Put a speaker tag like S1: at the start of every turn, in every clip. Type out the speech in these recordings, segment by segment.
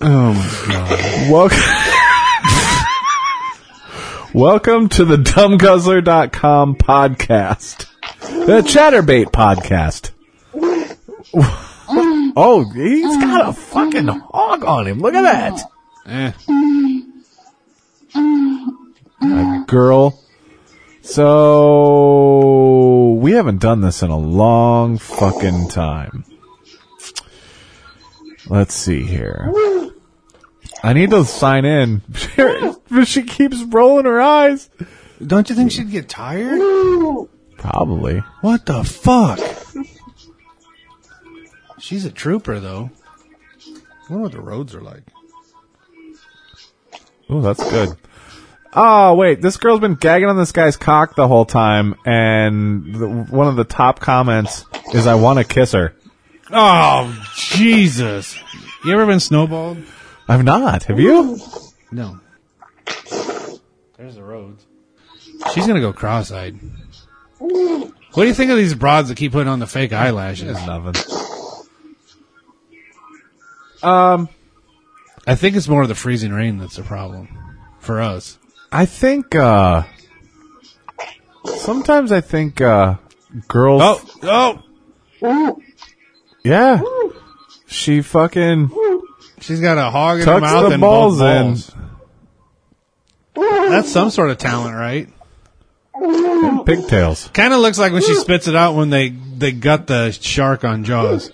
S1: Oh my god.
S2: Welcome. Welcome to the dumbguzzler.com podcast. The Chatterbait podcast. oh, he's got a fucking hog on him. Look at that.
S1: Eh.
S2: A girl. So, we haven't done this in a long fucking time. Let's see here. I need to sign in. but she keeps rolling her eyes.
S1: Don't you think she'd get tired?
S2: Probably.
S1: What the fuck? She's a trooper, though. I wonder what the roads are like.
S2: Oh, that's good. Oh, wait. This girl's been gagging on this guy's cock the whole time, and the, one of the top comments is, I want to kiss her.
S1: Oh, Jesus. You ever been snowballed?
S2: I've not. Have you?
S1: No. There's the roads. She's gonna go cross-eyed. What do you think of these broads that keep putting on the fake eyelashes?
S2: Nothing.
S1: I think it's more of the freezing rain that's the problem for us.
S2: I think, uh, sometimes I think, uh, girls.
S1: Oh, oh!
S2: Yeah. She fucking.
S1: She's got a hog in her
S2: Tucks
S1: mouth
S2: the
S1: and
S2: balls
S1: balls
S2: in.
S1: balls. That's some sort of talent, right?
S2: Pigtails.
S1: Kind of looks like when she spits it out when they they gut the shark on Jaws.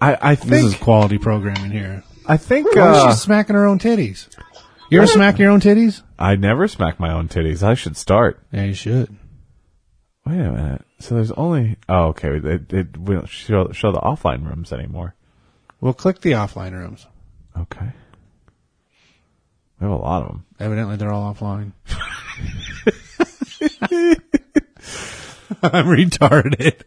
S2: I, I
S1: This is
S2: think,
S1: quality programming here.
S2: I think,
S1: Oh,
S2: uh,
S1: she's smacking her own titties. You ever smack your own titties?
S2: I never smack my own titties. I should start.
S1: Yeah, you should.
S2: Wait a minute. So there's only. Oh, okay. They, they, we don't show, show the offline rooms anymore.
S1: We'll click the offline rooms.
S2: Okay. We have a lot of them.
S1: Evidently, they're all offline. I'm retarded.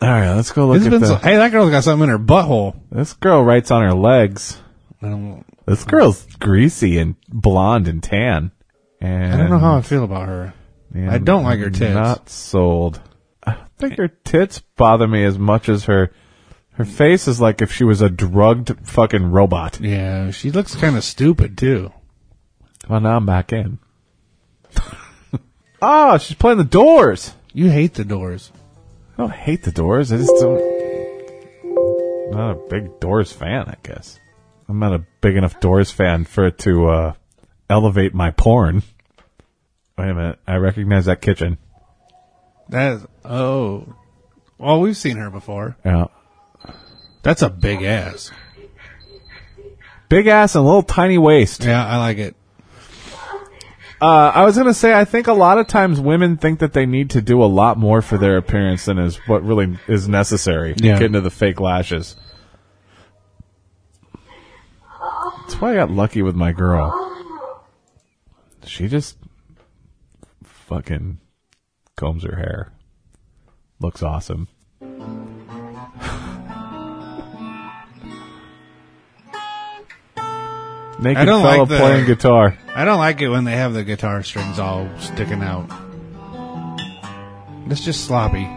S2: All right, let's go look
S1: This
S2: at
S1: has been
S2: the.
S1: so, hey, that girl's got something in her butthole.
S2: this girl writes on her legs.
S1: I don't,
S2: This girl's greasy and blonde and tan. And
S1: I don't know how I feel about her.
S2: and
S1: I don't like her tits.
S2: Not sold. I don't think her tits bother me as much as her. Her face is like if she was a drugged fucking robot.
S1: Yeah, she looks kind of stupid too.
S2: Well, now I'm back in. Ah, she's playing the doors.
S1: You hate the doors.
S2: I don't hate the Doors. I just don't. Not a big Doors fan, I guess. I'm not a big enough Doors fan for it to uh, elevate my porn. Wait a minute. I recognize that kitchen.
S1: That is, oh. Well, we've seen her before.
S2: Yeah.
S1: That's a big ass.
S2: Big ass and little tiny waist.
S1: Yeah, I like it.
S2: Uh, I was going to say, I think a lot of times women think that they need to do a lot more for their appearance than is what really is necessary.
S1: Yeah.
S2: Getting to the fake lashes. That's why I got lucky with my girl. She just fucking combs her hair. Looks awesome. Naked
S1: don't
S2: fella
S1: like the-
S2: playing guitar.
S1: I don't like it when they have the guitar strings all sticking out. That's just sloppy.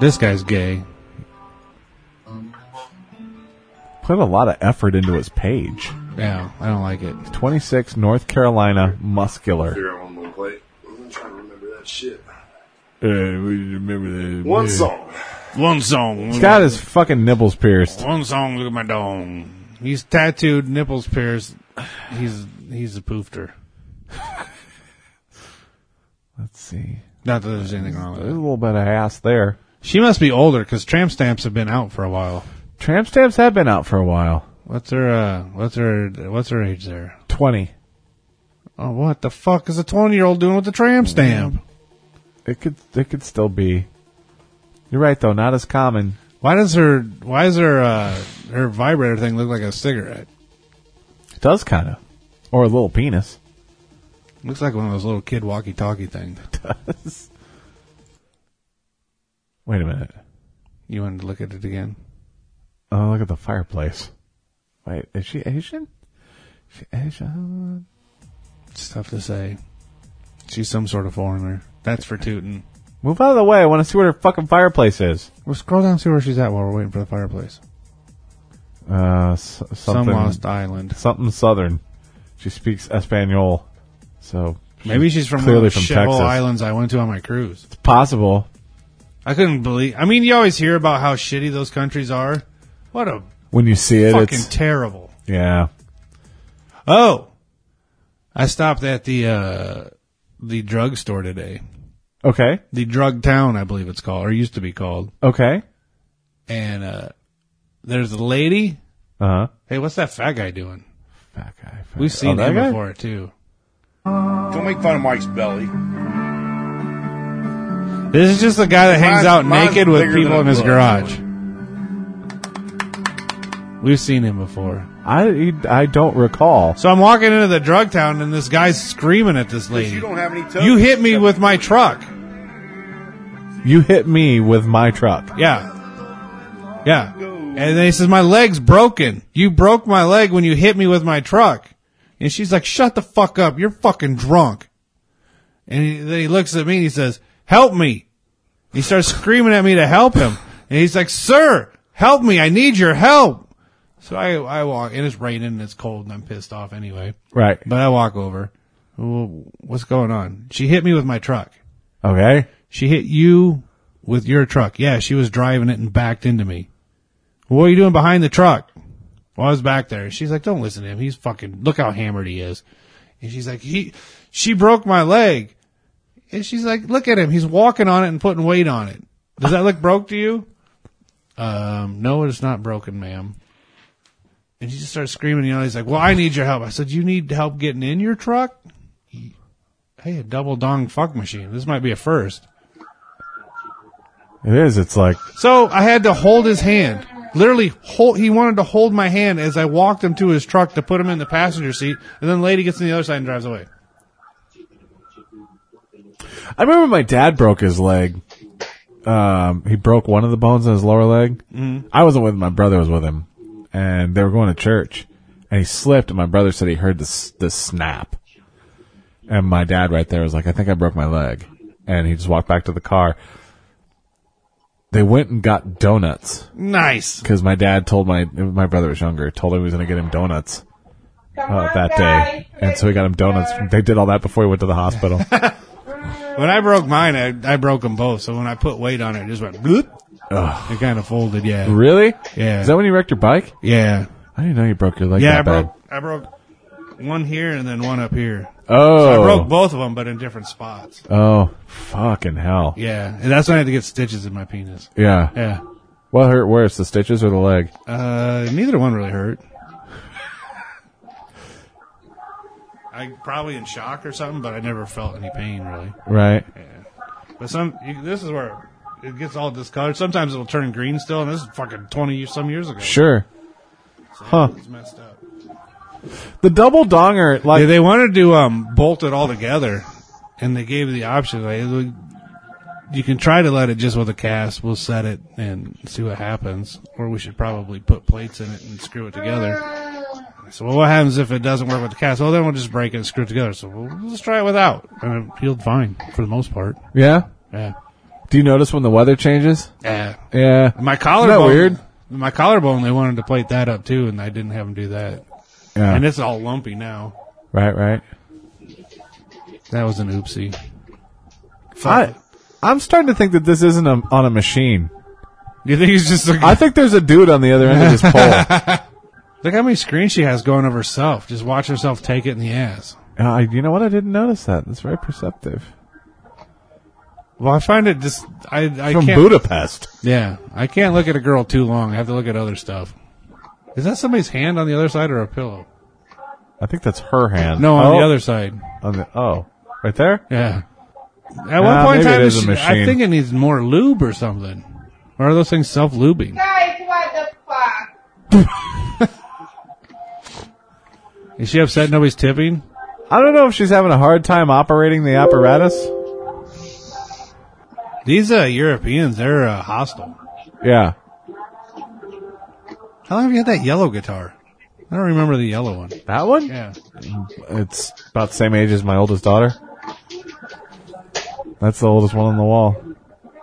S1: This guy's gay.
S2: put a lot of effort into his page.
S1: Yeah, I don't like it.
S2: 26 North Carolina muscular.
S3: figure out one more plate. I'm trying to remember that shit.
S2: remember that.
S3: One song.
S1: One song.
S2: He's got his fucking nipples pierced.
S1: One song, look at my dong. He's tattooed, nipples pierced. He's he's a poofter.
S2: Let's see.
S1: Not that there's anything wrong with
S2: There's a
S1: it.
S2: little bit of ass there.
S1: She must be older because tramp stamps have been out for a while.
S2: Tramp stamps have been out for a while.
S1: What's her uh what's her what's her age there?
S2: 20.
S1: Oh what the fuck is a twenty year old doing with the tramp stamp?
S2: It could it could still be. You're right though, not as common.
S1: Why does her why is her uh her vibrator thing look like a cigarette?
S2: It does kind of. Or a little penis.
S1: Looks like one of those little kid walkie talkie things.
S2: Wait a minute.
S1: You wanted to look at it again?
S2: Oh, look at the fireplace. Wait, is she Asian? She Asian?
S1: It's tough to say. She's some sort of foreigner. That's for tootin'.
S2: Move out of the way. I want to see where her fucking fireplace is.
S1: We'll scroll down and see where she's at while we're waiting for the fireplace.
S2: Uh, s-
S1: Some
S2: something,
S1: lost island.
S2: something southern. She speaks Espanol, so
S1: Maybe she's from
S2: Clearly
S1: one of
S2: from
S1: those shithole
S2: Texas.
S1: islands I went to on my cruise.
S2: it's possible.
S1: I couldn't believe. I mean, you always hear about how shitty those countries are. What a
S2: When you see it,
S1: fucking
S2: it's
S1: terrible.
S2: yeah.
S1: Oh, I stopped at the uh, the drugstore today.
S2: Okay,
S1: The drug town, I believe it's called, or used to be called.
S2: okay.
S1: And uh, there's a lady.
S2: Uh huh.
S1: Hey, what's that fat guy doing?
S2: Fat guy. fat
S1: We've
S2: guy.
S1: seen
S2: Oh, that
S1: him
S2: guy?
S1: before too.
S4: Don't make fun of Mike's belly.
S1: This is just the guy that hangs
S4: Mine's-
S1: out
S4: mine's
S1: naked with
S4: bigger
S1: people
S4: than
S1: in
S4: a
S1: his
S4: glove.
S1: garage. We've seen him before.
S2: I he- I don't recall.
S1: So I'm walking into the drug town and this guy's screaming at this lady.
S4: You don't have any toes.
S1: You hit me with my truck.
S2: You hit me with my truck.
S1: Yeah. Yeah. And then he says, my leg's broken. You broke my leg when you hit me with my truck. And she's like, shut the fuck up. You're fucking drunk. And he, then he looks at me and he says, help me. He starts screaming at me to help him. And he's like, sir, help me. I need your help. So I, I walk and it's raining and it's cold and I'm pissed off anyway,
S2: Right.
S1: but I walk over. Well, what's going on? She hit me with my truck.
S2: Okay.
S1: She hit you with your truck. Yeah, she was driving it and backed into me. What are you doing behind the truck? Well, I was back there. She's like, don't listen to him. He's fucking, look how hammered he is. And she's like, he, she broke my leg. And she's like, look at him. He's walking on it and putting weight on it. Does that look broke to you? Um, no, it's not broken, ma'am. And she just starts screaming, you know, he's like, well, I need your help. I said, you need help getting in your truck? Hey, a double dong fuck machine. This might be a first.
S2: It is. It's like
S1: So I had to hold his hand. Literally, hold, he wanted to hold my hand as I walked him to his truck to put him in the passenger seat, and then the lady gets on the other side and drives away.
S2: I remember my dad broke his leg. Um, he broke one of the bones in his lower leg. Mm-hmm. I wasn't with him, my brother was with him, and they were going to church, and he slipped, and my brother said he heard the s- the snap, and my dad right there was like, I think I broke my leg, and he just walked back to the car. They went and got donuts
S1: Nice.
S2: because my dad told my my brother was younger, told him he was going to get him donuts uh, that day, and so he got him donuts. They did all that before he went to the hospital.
S1: When I broke mine, I, I broke them both. So when I put weight on it, it just went bloop. It kind of folded. Yeah.
S2: really?
S1: Yeah.
S2: Is that when you wrecked your bike?
S1: Yeah.
S2: I didn't know you broke your leg
S1: Yeah. I
S2: that bad.
S1: broke. I broke one here and then one up here.
S2: oh.
S1: I broke both of them, but in different spots.
S2: Oh, fucking hell.
S1: Yeah. And that's when I had to get stitches in my penis.
S2: Yeah.
S1: Yeah.
S2: What hurt worse, the stitches or the leg?
S1: Uh, neither one really hurt. I probably in shock or something, but I never felt any pain really.
S2: Right.
S1: But some you, this is where it gets all discolored. Sometimes it'll turn green still, and this is fucking twenty some years ago.
S2: Sure.
S1: So
S2: huh.
S1: It's messed up.
S2: The double donger, like,
S1: Yeah, they wanted to um, bolt it all together, and they gave the option like "Look, you can try to let it just with a cast. We'll set it and see what happens, or we should probably put plates in it and screw it together. I said, well, what happens if it doesn't work with the cast? Well, then we'll just break it and screw it together. So well, let's try it without, and it healed fine for the most part.
S2: yeah?
S1: Yeah,
S2: Do you notice when the weather changes?
S1: yeah.
S2: Yeah.
S1: My collarbone.
S2: weird?
S1: My collarbone. They wanted to plate that up too, and I didn't have them do that.
S2: Yeah.
S1: And it's all lumpy now.
S2: right, right.
S1: That was an oopsie.
S2: I, I'm starting to think that this isn't a, on a machine.
S1: You think he's just? a-
S2: I think there's a dude on the other end of this pole.
S1: Look how many screens she has going of herself. Just watch herself take it in the ass.
S2: And I, you know what? I didn't notice that. That's very perceptive.
S1: Well, I find it just I I
S2: From
S1: can't.
S2: Budapest.
S1: Yeah, I can't look at a girl too long. I have to look at other stuff. Is that somebody's hand on the other side or a pillow?
S2: I think that's her hand.
S1: No, on
S2: Oh,
S1: the other side.
S2: on the- oh, right there?
S1: Yeah. At one point in
S2: Ah, maybe it
S1: time,
S2: is a
S1: she- I
S2: machine.
S1: think it needs more lube or something. Or are those things self-lubing?
S5: Guys, what the fuck?
S1: Is she upset nobody's tipping?
S2: I don't know if she's having a hard time operating the apparatus.
S1: These uh, Europeans, they're uh, hostile.
S2: Yeah.
S1: How long have you had that yellow guitar? I don't remember the yellow one.
S2: That one?
S1: Yeah.
S2: It's about the same age as my oldest daughter. That's the oldest one on the wall.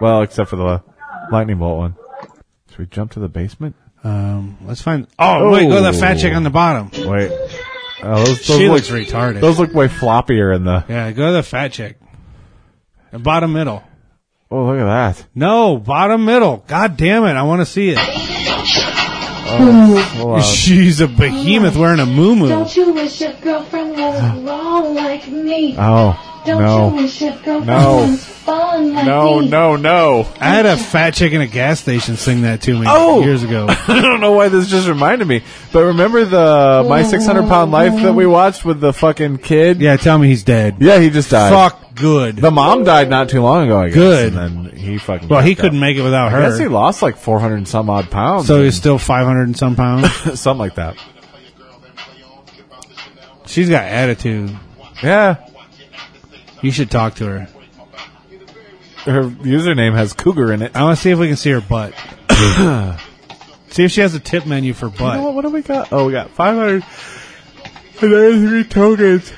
S2: Well, except for the lightning bolt one. Should we jump to the basement?
S1: Um, let's find. Oh, wait, go to that fat chick on the bottom.
S2: Wait. Oh, those, those
S1: She
S2: look,
S1: looks retarded.
S2: Those look way floppier in the.
S1: Yeah, go to the fat chick. The bottom middle.
S2: Oh, look at that.
S1: No, bottom middle. God damn it, I want to see it.
S2: Wow.
S1: She's a behemoth wearing a moo
S6: Don't you wish your girlfriend was long like me?
S2: Oh,
S6: Don't you
S2: no.
S6: wish your girlfriend
S2: No.
S6: was fun like
S2: No,
S6: me?
S2: no, no.
S1: I had a fat chick in a gas station sing that to me
S2: Oh!
S1: years ago.
S2: I don't know why this just reminded me, but remember the My 600 Pound Life that we watched with the fucking kid?
S1: Yeah, tell me he's dead.
S2: Yeah, he just died.
S1: Fuck good.
S2: The mom died not too long ago, I guess. And
S1: Good.
S2: then he fucking.
S1: well, he
S2: backed up.
S1: couldn't make it without
S2: I guess he
S1: her.
S2: lost like 400 and some odd pounds.
S1: So he's still 500 and some pounds.
S2: something like that.
S1: She's got attitude.
S2: Yeah.
S1: You should talk to her.
S2: Her username has cougar in it.
S1: I want to see if we can see her butt. see if she has a tip menu for
S2: You
S1: butt.
S2: know what, what do we got? Oh, we got 593 tokens.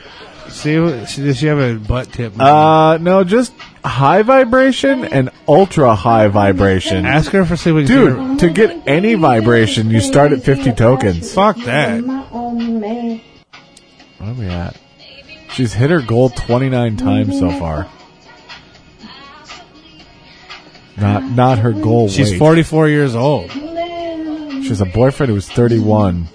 S1: See, what- she- does she have a butt tip? menu?
S2: Uh, no, just high vibration and ultra high vibration.
S1: Ask her for see if we can see her.
S2: Dude, to get any vibration, you start at 50 tokens.
S1: Fuck that.
S6: My own man.
S2: What are we at? She's hit her goal 29 times so far. Not not her goal
S1: She's
S2: weight.
S1: 44 years old.
S2: She has a boyfriend who's 31.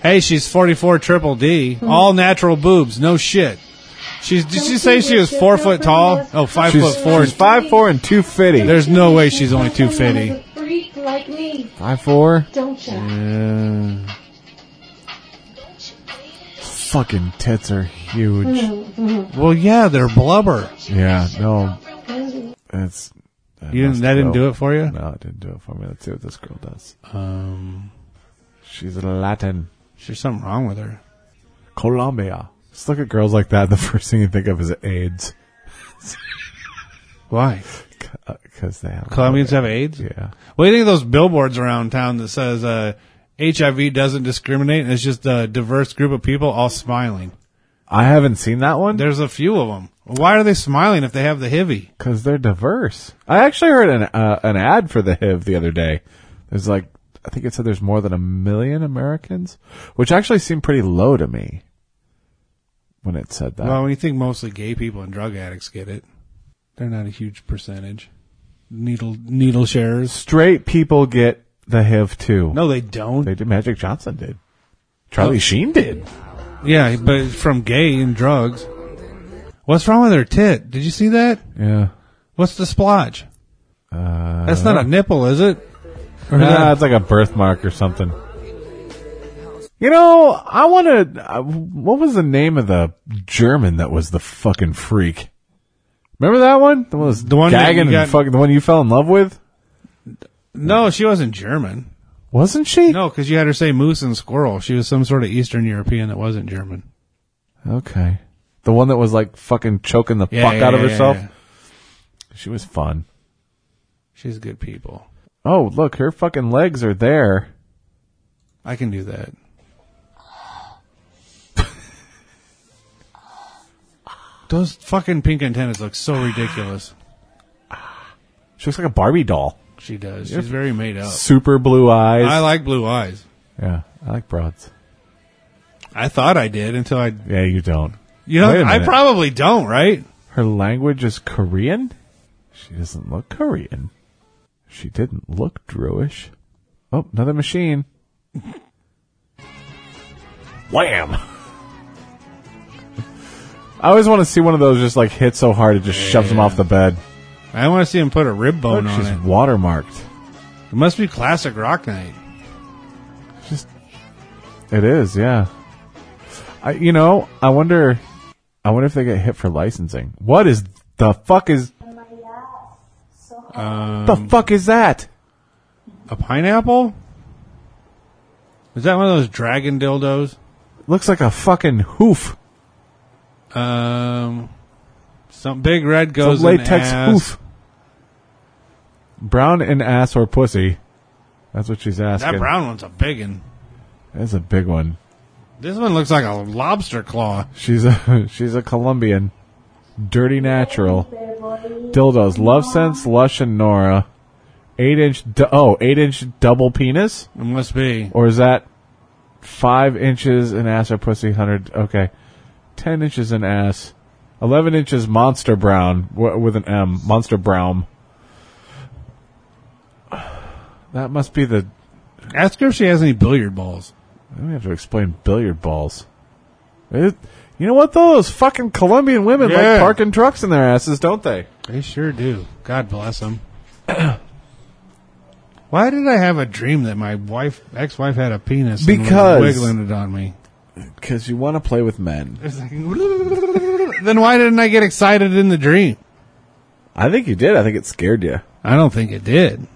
S1: Hey, she's 44 triple D. All natural boobs. No shit. She's, did she say she was four foot tall? Oh, five
S2: She's,
S1: foot four.
S2: she's 5'4 and 250.
S1: There's no way she's only 250.
S6: Someone was a freak like me,
S2: 5'4?
S6: don't you?
S2: Mm. Yeah. Fucking tits are huge.
S1: Well, yeah, they're blubber.
S2: Yeah, no. It's.
S1: You didn't, that didn't do it for you?
S2: No, it didn't do it for me. Let's see what this girl does.
S1: Um,
S2: She's Latin.
S1: there's something wrong with her.
S2: Colombia. Just look at girls like that. The first thing you think of is AIDS.
S1: Why?
S2: Because they have.
S1: Colombians have AIDS?
S2: Yeah.
S1: What do you think of those billboards around town that says uh, HIV doesn't discriminate and it's just a diverse group of people all smiling?
S2: I haven't seen that one.
S1: There's a few of them. Why are they smiling if they have the HIV?
S2: Because they're diverse. I actually heard an uh, an ad for the HIV the other day. There's like, I think it said there's more than a million Americans, which actually seemed pretty low to me when it said that.
S1: Well, when you think mostly gay people and drug addicts get it, they're not a huge percentage. Needle needle sharers?
S2: Straight people get the HIV too.
S1: No, they don't.
S2: They did. Magic Johnson did. Charlie Sheen did.
S1: yeah, but it's from gay and drugs. What's wrong with her tit? Did you see that?
S2: Yeah.
S1: What's the splotch? Uh, That's not a nipple, is it? Or is
S2: Nah,
S1: that-
S2: it's like a birthmark or something. You know, I want to. Uh, what was the name of the German that was the fucking freak? Remember that one? The one, that was
S1: The one that you
S2: gagging and
S1: got-
S2: fucking the one you fell in love with?
S1: no, she wasn't German.
S2: Wasn't she?
S1: No, because you had her say moose and squirrel. She was some sort of Eastern European that wasn't German.
S2: Okay. The one that was like fucking choking the fuck out of
S1: yeah,
S2: herself.
S1: yeah.
S2: She was fun.
S1: She's good people.
S2: Oh, look, her fucking legs are there.
S1: I can do that. Those fucking pink antennas look so ridiculous.
S2: She looks like a Barbie doll.
S1: She does. She's very made up.
S2: Super blue eyes.
S1: Oh. I like blue eyes.
S2: yeah, I like broads.
S1: I thought I did until I.
S2: Yeah, you don't.
S1: You know,
S2: Wait a
S1: I
S2: minute.
S1: probably don't. Right?
S2: Her language is Korean? She doesn't look Korean. She didn't look Druish. Oh, another machine. Wham! I always want to see one of those just like hit so hard it just shoves him off the bed.
S1: I want to see him put a rib
S2: Look,
S1: bone on
S2: she's
S1: it.
S2: watermarked.
S1: It must be classic rock night.
S2: Just it is, yeah. I, you know, I wonder. I wonder if they get hit for licensing. What is the fuck is the
S1: Um,
S2: fuck is that?
S1: A pineapple? Is that one of those dragon dildos?
S2: Looks like a fucking hoof.
S1: Um, some big red
S2: It's a
S1: goes in
S2: latex
S1: ass.
S2: hoof. Brown in ass or pussy. That's what she's asking.
S1: That brown one's a big one.
S2: That's a big one.
S1: This one looks like a lobster claw.
S2: She's a she's a Colombian, dirty natural. dildos, Love Sense, Lush, and Nora. Eight inch, du- oh, eight inch double penis,
S1: It must be.
S2: or is that five inches in ass or pussy? Hundred, okay, ten inches in ass, eleven inches monster brown w- with an M, monster brown. That must be the.
S1: Ask her if she has any billiard balls.
S2: I don't have to explain billiard balls. It- you know what though? Those fucking Colombian women
S1: Yeah.
S2: like parking trucks in their asses, don't they?
S1: They sure do. God bless them. Why did I have a dream that my wife, ex-wife, had a penis? and was
S2: Because-
S1: wiggling it on me.
S2: Because you want to play with men.
S1: It's like, then why didn't I get excited in the dream?
S2: I think you did. I think it scared you.
S1: I don't think it did.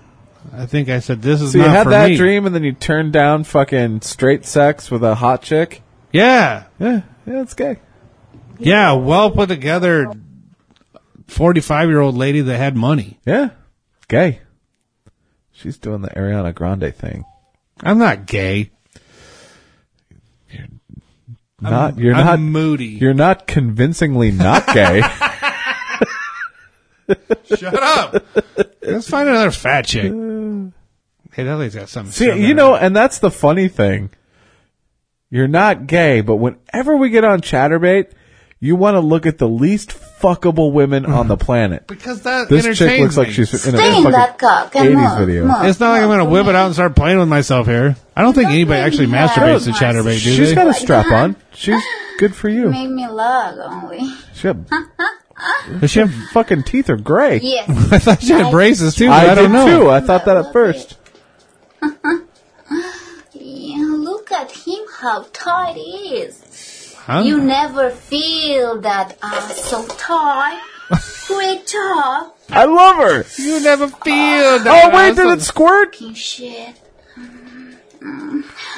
S1: I think I said this is
S2: So you
S1: not
S2: had
S1: for
S2: that
S1: me.
S2: dream, and then you turned down fucking straight sex with a hot chick.
S1: Yeah,
S2: Yeah, yeah, it's gay.
S1: yeah, well put together, forty-five-year-old lady that had money.
S2: Yeah, it's gay. She's doing the Ariana Grande thing.
S1: I'm not gay.
S2: Not Uh, you're
S1: I'm
S2: not
S1: moody.
S2: you're not convincingly not gay.
S1: Shut up. Let's find another fat chick. Hey, that lady's got something.
S2: See,
S1: shoved in
S2: you
S1: her.
S2: know, and that's the funny thing. You're not gay, but whenever we get on ChatterBait, you want to look at the least fuckable women on the planet.
S1: because that
S2: This
S1: entertains
S2: chick looks like
S1: me.
S2: she's in a
S7: Steam
S2: fucking
S7: that cock and
S2: 80s
S7: mug,
S2: video.
S7: mug,
S1: It's not like I'm gonna whip it out and start playing with myself here. I don't think anybody actually
S7: Yeah.
S1: masturbates to ChatterBait, do
S2: She's
S1: they?
S2: got a strap on. She's good for you.
S7: Made me love only.
S2: She had,
S1: Does she have?
S2: fucking teeth are gray.
S7: Yes.
S1: I thought she had braces too. but
S2: I,
S1: I,
S2: did
S1: don't know.
S2: too. I thought that at first.
S7: Yeah, look at him, how tight he is.
S1: Huh?
S7: You never feel that I'm so tight. Great job.
S2: I love her.
S1: You never feel
S2: Oh
S1: that.
S2: wait, did
S1: asshole-
S2: it squirt?
S7: Fucking shit.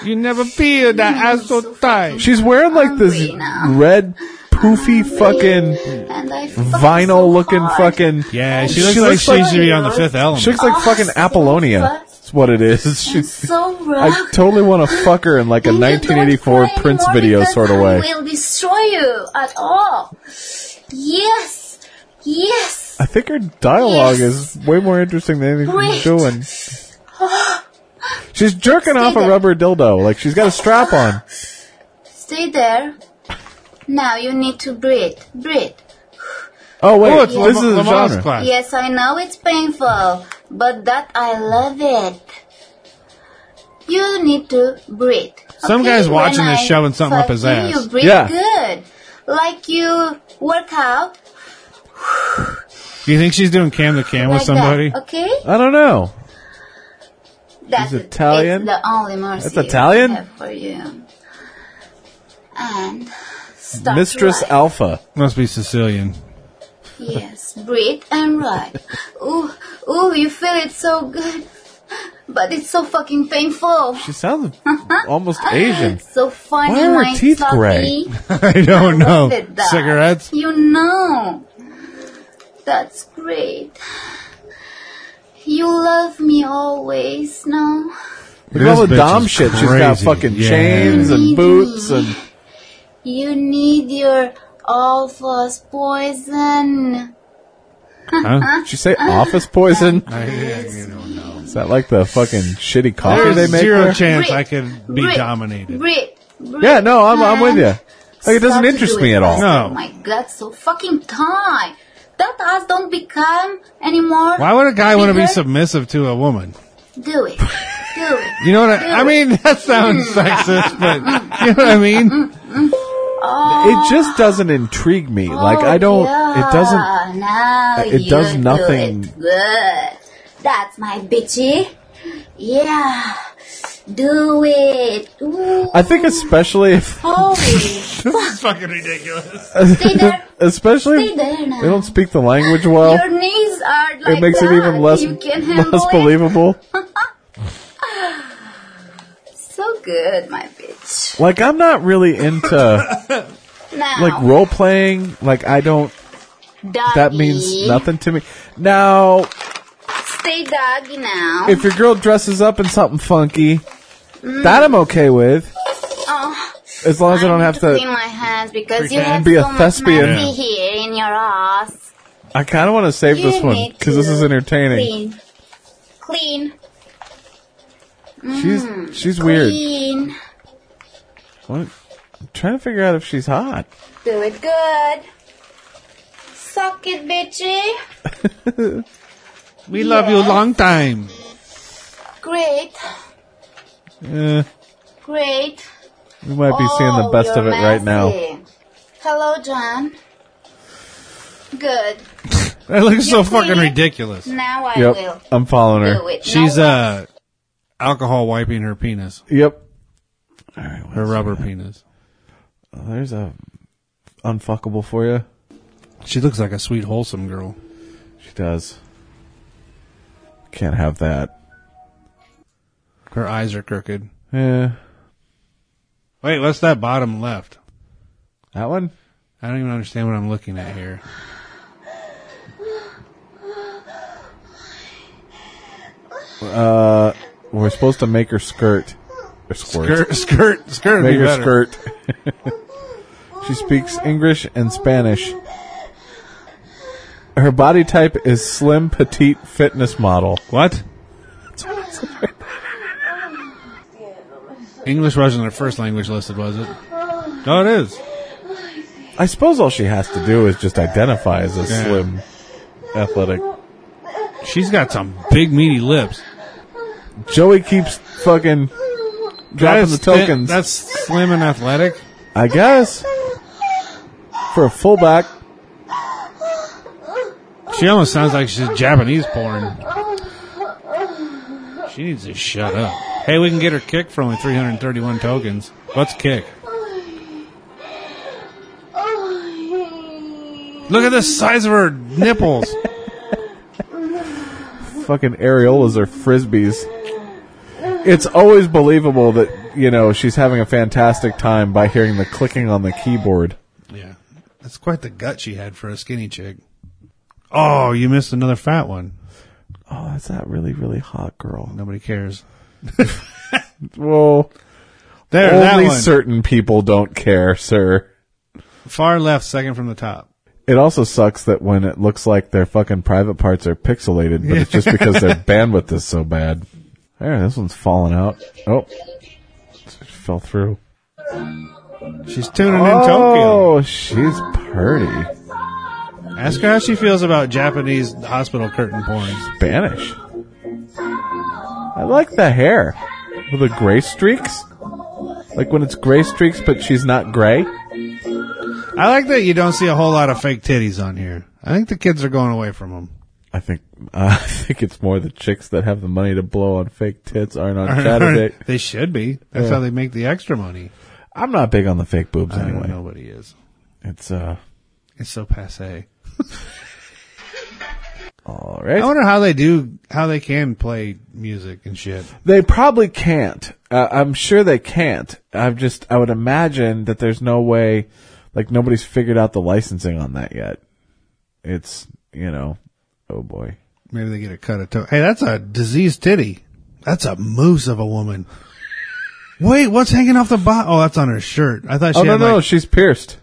S1: You never feel that ass so tight.
S2: She's wearing like this red poofy fucking
S7: And I
S2: vinyl looking fucking.
S1: Yeah, she
S2: She
S1: looks
S2: looks
S1: like she
S2: like-
S1: should be on the Fifth Element.
S2: She looks
S7: Oh,
S2: like fucking Apollonia. That's what it is.
S7: She's
S2: She's.
S7: so rough.
S2: I totally want to fuck her in like a
S7: And you don't
S2: 1984
S7: cry
S2: Prince
S7: anymore
S2: video
S7: because
S2: sort of
S7: I
S2: way.
S7: will destroy you at all. Yes. Yes.
S2: I think her dialogue
S7: Yes.
S2: is way more interesting than anything
S7: Wait.
S2: she's doing. She's jerking off a
S7: Steven.
S2: rubber dildo. Like she's got a strap on.
S7: Stay there. Now you need to breathe. Breathe.
S2: Oh wait,
S1: Oh, it's
S2: this
S1: Lam-
S2: is a
S1: Lamar's
S2: genre.
S1: class.
S7: Yes, I know it's painful, but that I love it. You need to breathe.
S1: Some guy's watching
S7: When
S1: this
S7: I
S1: show and something up
S7: fuck
S1: his
S7: you,
S1: ass.
S7: You breathe
S2: Yeah.
S7: good. Like you work out.
S1: Do you think she's doing cam to cam with
S7: like
S1: somebody?
S7: That, okay?
S2: I don't know.
S7: That's
S2: He's Italian?
S7: It's the only mercy
S2: That's Italian?
S7: I have for you. And stop
S2: Mistress
S7: right.
S2: Alpha.
S1: Must be Sicilian.
S7: Yes, breathe and ride. Ooh, ooh, you feel it so good, but it's so fucking painful.
S2: She sounds almost Asian.
S7: So funny,
S2: Why are her
S7: my
S2: teeth
S7: sloppy.
S2: gray? Oh,
S1: I don't know.
S7: Look at that.
S1: Cigarettes.
S7: You know. That's great. You love me always, no?
S2: Look at all
S1: This
S2: the
S1: bitch
S2: dom
S1: is
S2: shit. She's got
S1: crazy.
S2: fucking
S1: Yeah.
S2: chains and
S7: Mhm.
S2: boots and
S7: You need your alpha's poison.
S1: Huh?
S2: Did you say office poison?
S1: I, I don't know.
S2: Is that like the fucking shitty coffee
S1: There's
S2: they make?
S1: zero
S2: there?
S1: chance
S7: Breathe,
S1: I could be
S7: breathe,
S1: dominated.
S7: Breathe, breathe.
S2: yeah, no, I'm, I'm with you.
S7: and
S2: Like it
S7: Stop
S2: doesn't
S7: to
S2: interest
S7: do
S2: me
S7: it.
S2: at all.
S1: No.
S7: Oh my god, so fucking tight. That ass don't become anymore.
S1: Why would a guy want to be
S7: Bigger?
S1: submissive to a woman?
S7: Do it. Do it.
S1: You know what I, I mean? That sounds sexist, but you know what I mean?
S7: Oh,
S2: It just doesn't intrigue me. like I don't. It doesn't.
S7: Now
S2: it
S7: you
S2: does
S7: do
S2: nothing.
S7: it Good. That's my bitchy. Yeah. Do it. Ooh.
S2: I think especially if
S7: Holy.
S1: It's fucking ridiculous.
S7: Stay there.
S2: especially
S7: Stay
S2: if
S7: there now.
S2: they don't speak the language well.
S7: Your knees are like
S2: It makes it
S7: that.
S2: even less
S7: You can handle
S2: less
S7: it.
S2: believable.
S7: So good, my bitch.
S2: Like I'm not really into
S7: Now,
S2: like role playing. Like I don't. That
S7: doggy.
S2: means nothing to me. Now,
S7: Stay doggy now.
S2: if your girl dresses up in something funky,
S7: Mm-hmm.
S2: that I'm okay with.
S7: oh,
S2: As long as I, don't
S7: need
S2: have
S7: clean
S2: to.
S7: my hands because you
S1: Pretend
S7: have
S2: be a
S7: so much
S2: thespian.
S7: messy here in your ass.
S2: I kind of want to save
S7: You
S2: this one
S7: need
S2: because this
S7: to
S2: is entertaining.
S7: Clean. Clean. Mm.
S2: She's she's weird.
S7: Clean.
S2: What? I'm trying to figure out if she's hot.
S7: Do it good. Suck it, bitchy.
S1: We love you a long time.
S7: Great.
S2: Eh,
S7: Great. Oh,
S2: we might be seeing the best of it right now.
S7: Hello, John. Good.
S1: That looks so
S7: You're
S1: fucking
S7: clean.
S1: ridiculous.
S7: Now I will
S2: Yep, I'm following
S7: do
S2: her.
S7: it.
S1: She's
S7: Now
S1: uh alcohol wiping her penis,
S2: Yep. All right,
S1: her
S2: well,
S1: rubber penis.
S2: Oh, there's a unfuckable for you.
S1: She looks like a sweet wholesome girl.
S2: She does. Can't have that.
S1: Her eyes are crooked.
S2: Yeah,
S1: Wait, what's that bottom left?
S2: that one.
S1: I don't even understand what I'm looking at here.
S2: Uh, we're supposed to make her skirt. Or squirt.
S1: Skirt, skirt, skirt. would be
S2: Make her
S1: better.
S2: skirt. she speaks English and Spanish. Her body type is slim, petite, fitness model.
S1: What? English wasn't their first language listed, was it? No, it is.
S2: I suppose all she has to do is just identify as a
S1: Yeah.
S2: slim, athletic.
S1: She's got some big meaty lips.
S2: Joey keeps fucking dropping the
S1: That's thin-
S2: tokens.
S1: that's slim and athletic.
S2: I guess for a fullback,
S1: She almost sounds like she's Japanese porn. She needs to shut up. Hey, we can get her kick for only 331 tokens. What's kick? Look at the size of her nipples.
S2: fucking areolas are frisbees. It's always believable that you know she's having a fantastic time by hearing the clicking on the keyboard.
S1: Yeah. That's quite the gut she had for a skinny chick. Oh, you missed another fat one.
S2: Oh, that's that really, really hot girl.
S1: Nobody cares.
S2: Well,
S1: There, that
S2: only
S1: one.
S2: certain people don't care, sir.
S1: Far left, second from the top.
S2: It also sucks that when it looks like their fucking private parts are pixelated, but it's just because their bandwidth is so bad. There, this one's falling out. Oh, It fell through.
S1: She's tuning in Tokyo.
S2: Oh, she's pretty.
S1: Ask her how she feels about Japanese hospital curtain porn.
S2: Spanish. I like the hair with the gray streaks. Like when it's gray streaks, but she's not gray.
S1: I like that you don't see a whole lot of fake titties on here. I think the kids are going away from them.
S2: I think uh, I think it's more the chicks that have the money to blow on fake tits aren't on Saturday.
S1: they should be. That's how they make the extra money.
S2: I'm not big on the fake boobs
S1: I don't
S2: anyway.
S1: know what he is.
S2: It's uh
S1: It's so passe.
S2: all
S1: I
S2: right.
S1: wonder how they do, how they can play music and shit.
S2: They probably can't. Uh, I'm sure they can't. I'm just I would imagine that there's no way, like nobody's figured out the licensing on that yet. It's you know, oh boy.
S1: Maybe they get a cut of toe. Hey, that's a diseased titty. That's a moose of a woman. Wait, what's hanging off the bottom? Oh, that's on her shirt. I thought she
S2: oh no
S1: had
S2: no,
S1: like-
S2: she's pierced.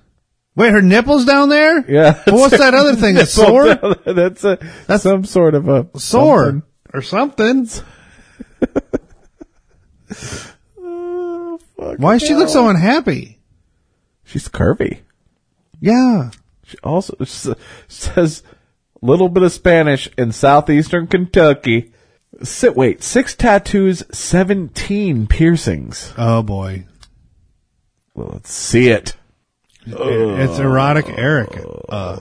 S1: wait, her nipples down there?
S2: Yeah.
S1: Well, what's that other thing? A sore?
S2: That's a that's some sort of a
S1: Sore.
S2: something.
S1: Or something.
S2: Oh, fuck.
S1: Why does she look so unhappy?
S2: She's curvy.
S1: Yeah.
S2: She also s- says little bit of Spanish in southeastern Kentucky. Sit wait, six tattoos, seventeen piercings.
S1: Oh boy.
S2: Well, let's see it.
S1: It's erotic Eric. Uh,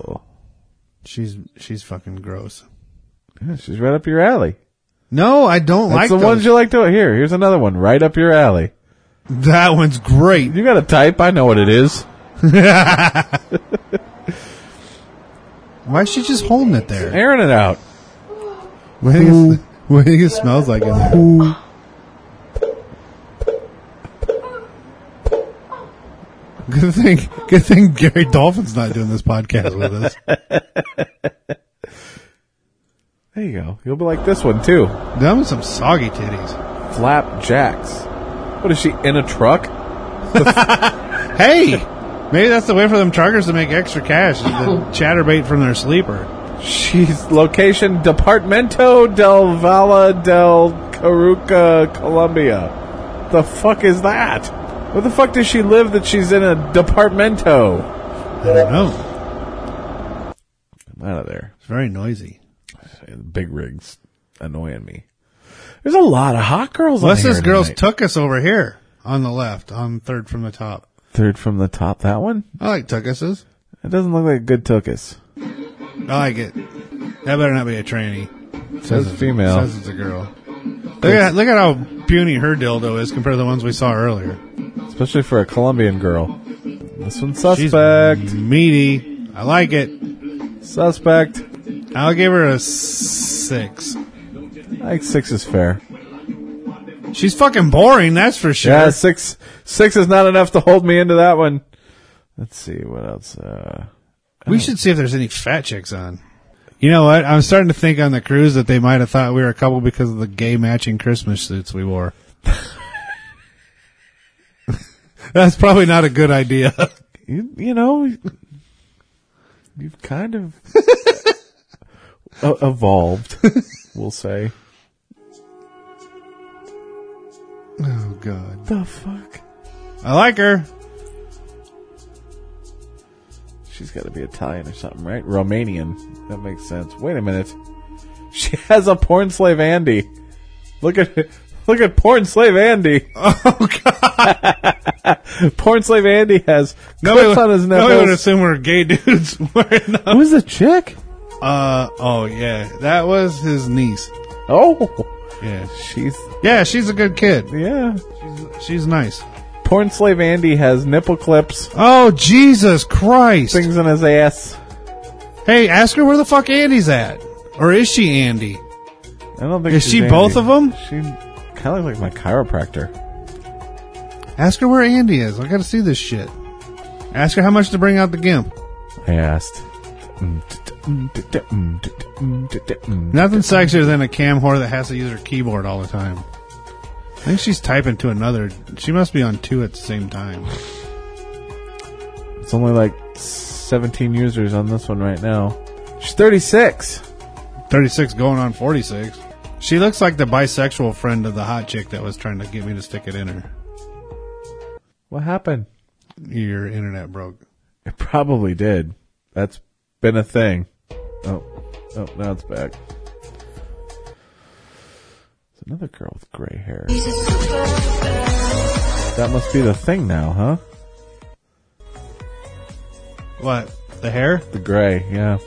S1: she's she's fucking gross.
S2: Yeah, she's right up your alley.
S1: No, I don't
S2: That's
S1: like
S2: the
S1: those.
S2: ones you like to here. Here's another one, right up your alley.
S1: that one's great.
S2: You got a type? I know what it is.
S1: Why is she just holding it there?
S2: Airing it out.
S1: What do you think, it's- what do you think it smells like in there? Good thing, good thing Gary Dolphin's not doing this podcast with us.
S2: There you go. You'll be like this one too.
S1: That was some soggy titties.
S2: Flapjacks. What is she in a truck?
S1: Hey, maybe that's the way for them truckers to make extra cash. is to Chatterbait from their sleeper.
S2: She's location Departamento del Valle del Caruca, Colombia. The fuck is that? Where the fuck does she live that she's in a departamento?
S1: I don't know.
S2: I'm out of there.
S1: It's very noisy.
S2: Big rigs annoying me. There's a lot of hot girls.
S1: Unless
S2: on here
S1: this girl's
S2: tonight.
S1: took us over here on the left, on third from the top.
S2: third from the top. That one.
S1: I like tuckuses.
S2: It doesn't look like a good tuchus.
S1: I like it. That better not be a tranny.
S2: Says
S1: it's-
S2: female.
S1: Says it's a girl. Look at, look at how puny her dildo is compared to the ones we saw earlier.
S2: especially for a Colombian girl. This one's
S1: She's
S2: suspect.
S1: meaty. I like it.
S2: Suspect.
S1: I'll give her a six.
S2: I think six is fair.
S1: She's fucking boring, that's for sure.
S2: Yeah, six six is not enough to hold me into that one. Let's see what else. Uh,
S1: We should see if there's any fat chicks on. You know what? I'm starting to think on the cruise that they might have thought we were a couple because of the gay matching Christmas suits we wore. That's probably not a good idea.
S2: you, you know, you've kind of e- evolved. We'll say
S1: Oh god.
S2: the fuck.
S1: I like her.
S2: She's got to be Italian or something, right? Romanian. That makes sense. Wait a minute. She has a porn slave Andy. Look at look at porn slave Andy.
S1: Oh god.
S2: Porn slave Andy has
S1: Nobody,
S2: clips
S1: would-
S2: on his
S1: nobody would
S2: nipples.
S1: assume we're gay dudes wearing them.
S2: Who's the chick?
S1: Uh oh yeah. That was his niece.
S2: Oh,
S1: Yeah.
S2: she's
S1: Yeah, she's a good kid.
S2: yeah.
S1: She's nice.
S2: Porn slave Andy has nipple clips,
S1: Oh Jesus Christ.
S2: things in his ass.
S1: Hey, ask her where the fuck Andy's at. Or is she Andy?
S2: I don't think
S1: Is
S2: she's
S1: she
S2: Andy.
S1: both of 'em?
S2: She kind of looks like my chiropractor.
S1: Ask her where Andy is. I gotta see this shit. Ask her how much to bring out the gimp.
S2: I asked.
S1: Nothing sexier than a cam whore that has to use her keyboard all the time. I think she's typing to another. She must be on two at the same time.
S2: It's only like 17 users on this one right now. She's 36.
S1: 36 going on 46. She looks like the bisexual friend of the hot chick that was trying to get me to stick it in her.
S2: What happened?
S1: Your internet broke.
S2: It probably did. That's been a thing. Oh, oh, now it's back. It's another girl with gray hair. That must be the thing now, huh?
S1: What? The hair?
S2: The gray, yeah.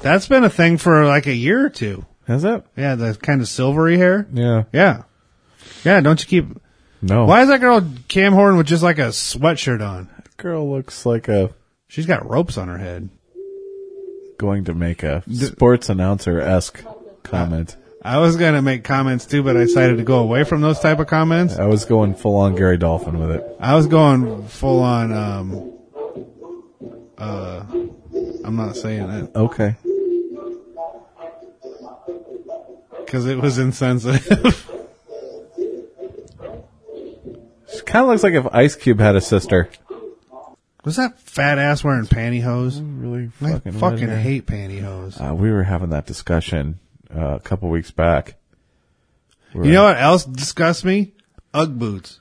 S1: That's been a thing for like a year or two.
S2: Is it?
S1: Yeah, the kind of silvery hair.
S2: Yeah.
S1: Yeah. Yeah, don't you keep.
S2: No.
S1: Why is that girl Cam Horn with just like a sweatshirt on?
S2: That girl looks like a
S1: She's got ropes on her head.
S2: going to make a sports announcer esque comment.
S1: I was gonna make comments too, but I decided to go away from those type of comments.
S2: I was going full on Gary Dolphin with it.
S1: I was going full on. um Uh, I'm not saying it
S2: Okay.
S1: because it was insensitive.
S2: She kind of looks like if Ice Cube had a sister.
S1: was that fat ass wearing pantyhose?
S2: Really
S1: I
S2: Mm, fucking
S1: fucking
S2: whatever.
S1: hate pantyhose.
S2: Uh, we were having that discussion uh, a couple weeks back.
S1: You know what else disgusts me? Ugg boots.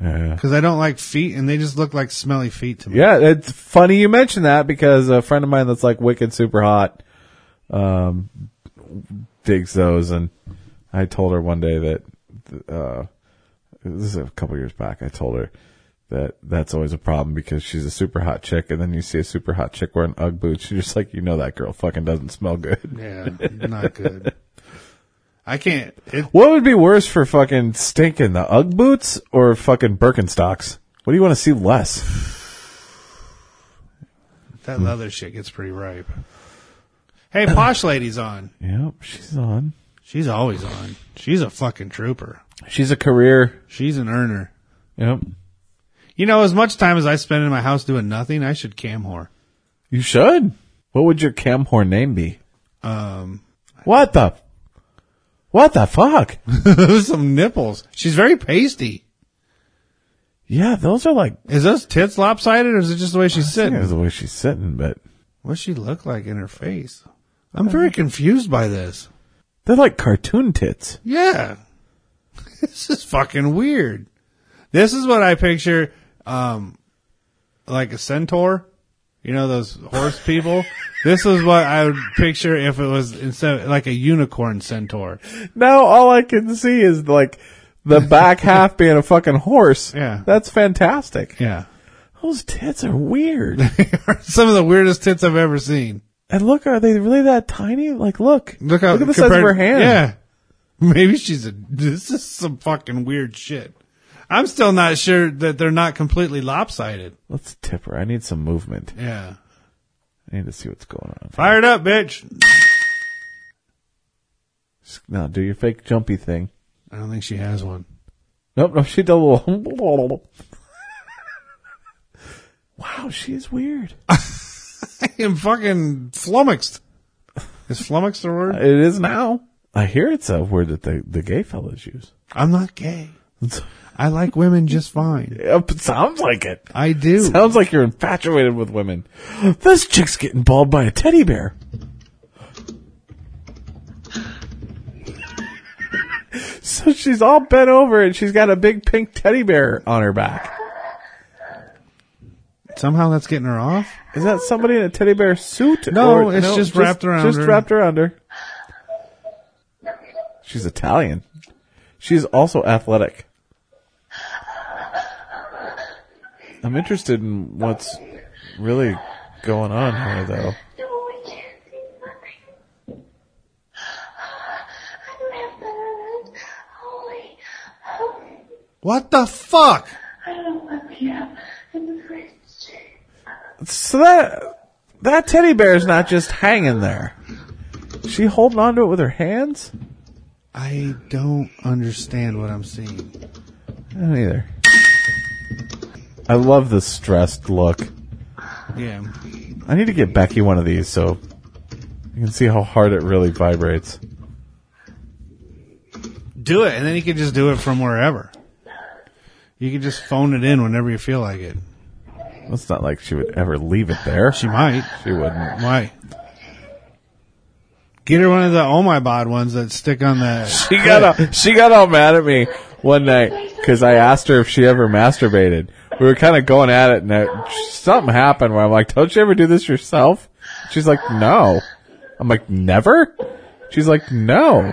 S2: Yeah.
S1: Because I don't like feet, and they just look like smelly feet to me.
S2: Uh, yeah, it's funny you mention that because a friend of mine that's like wicked super hot um, digs those, and I told her one day that uh, this is a couple years back. I told her that that's always a problem because she's a super hot chick, and then you see a super hot chick wearing UGG boots, you're just like, you know, that girl fucking doesn't smell good.
S1: Yeah, not good. I can't. It,
S2: What would be worse for fucking stinking the UGG boots or fucking Birkenstocks? What do you want to see less?
S1: that leather shit gets pretty ripe. Hey, posh lady's on.
S2: Yep, she's on.
S1: She's always on. She's a fucking trooper.
S2: She's a career.
S1: She's an earner.
S2: Yep.
S1: You know, as much time as I spend in my house doing nothing, I should cam whore.
S2: You should. What would your cam whore name be?
S1: Um,
S2: What the? What the fuck?
S1: some nipples. She's very pasty.
S2: yeah, those are like.
S1: Is those tits lopsided, or is it just the way she's
S2: I think it was
S1: sitting?
S2: the way she's sitting, but
S1: What's she look like in her face? I'm very confused by this.
S2: They're like cartoon tits.
S1: Yeah. This is fucking weird. This is what I picture, um, like a centaur. You know, those horse people. this is what I would picture if it was instead like a unicorn centaur.
S2: Now all I can see is like the back half being a fucking horse.
S1: Yeah.
S2: That's fantastic.
S1: Yeah.
S2: Those tits are weird.
S1: Some of the weirdest tits I've ever seen.
S2: and look, are they really that tiny? Like, look.
S1: Look how
S2: look at the size of
S1: compared-
S2: her hand.
S1: Yeah, maybe she's a. This is some fucking weird shit. I'm still not sure that they're not completely lopsided.
S2: Let's tip her. I need some movement.
S1: Yeah,
S2: I need to see what's going on.
S1: fired up, bitch.
S2: Now do your fake jumpy thing.
S1: I don't think she has one.
S2: Nope, nope, she double. wow, she is weird.
S1: I am fucking flummoxed. Is flummoxed a word?
S2: It is now. I hear it's a word that the, the gay fellas use.
S1: I'm not gay. I like women just fine.
S2: It sounds like it.
S1: I do.
S2: Sounds like you're infatuated with women. This chick's getting balled by a teddy bear. So she's all bent over and she's got a big pink teddy bear on her back.
S1: Somehow that's getting her off.
S2: Is that somebody in a teddy bear suit?
S1: No, it's just wrapped around
S2: Just
S1: her.
S2: wrapped around her. She's Italian. She's also athletic. I'm interested in what's really going on here, though.
S6: No, I can't see nothing. I'm left alone. Holy, oh,
S1: What the fuck?
S6: I don't want to be up in the fridge.
S2: So that that teddy bear is not just hanging there. She holding onto it with her hands?
S1: I don't understand what I'm seeing.
S2: I don't either. I love the stressed look.
S1: Yeah.
S2: I need to get Becky one of these so you can see how hard it really vibrates.
S1: do it, and then you can just do it from wherever. You can just phone it in whenever you feel like it.
S2: It's not like she would ever leave it there.
S1: She might.
S2: She wouldn't.
S1: Why? Get her one of the Oh My Bod ones that stick on the.
S2: She got all, she got all mad at me one night because I asked her if she ever masturbated. We were kind of going at it, and I, something happened where I'm like, "Don't you ever do this yourself?" She's like, "No." I'm like, "Never." She's like, "No."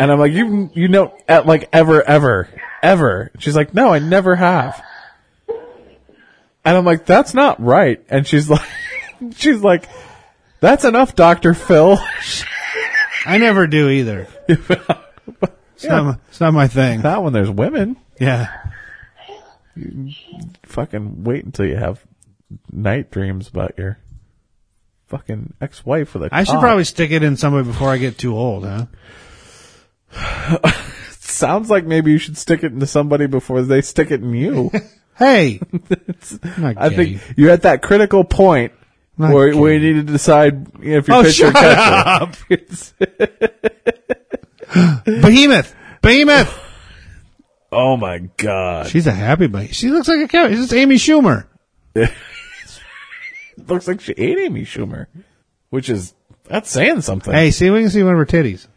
S2: And I'm like, "You you know at like ever ever ever?" She's like, "No, I never have." And I'm like, "That's not right." And she's like, "She's like." That's enough, Dr. Phil.
S1: I never do either. It's, not my, it's not my thing.
S2: Not when there's women.
S1: Yeah.
S2: fucking wait until you have night dreams about your fucking ex-wife with a
S1: I should
S2: cock.
S1: probably stick it in somebody before I get too old, huh?
S2: sounds like maybe you should stick it into somebody before they stick it in you
S1: Hey! I'm not
S2: i
S1: gay.
S2: think you're at that critical point
S1: Not
S2: where,
S1: gay.
S2: where you need to decide if you're
S1: Oh,
S2: pitch or
S1: shut
S2: cut
S1: up! Behemoth! Behemoth!
S2: oh my god
S1: She's a happy bunny. She looks like a cat. She's Amy Schumer.
S2: looks like she ate amy schumer which is that's saying something
S1: Hey, see if we can see one of her titties.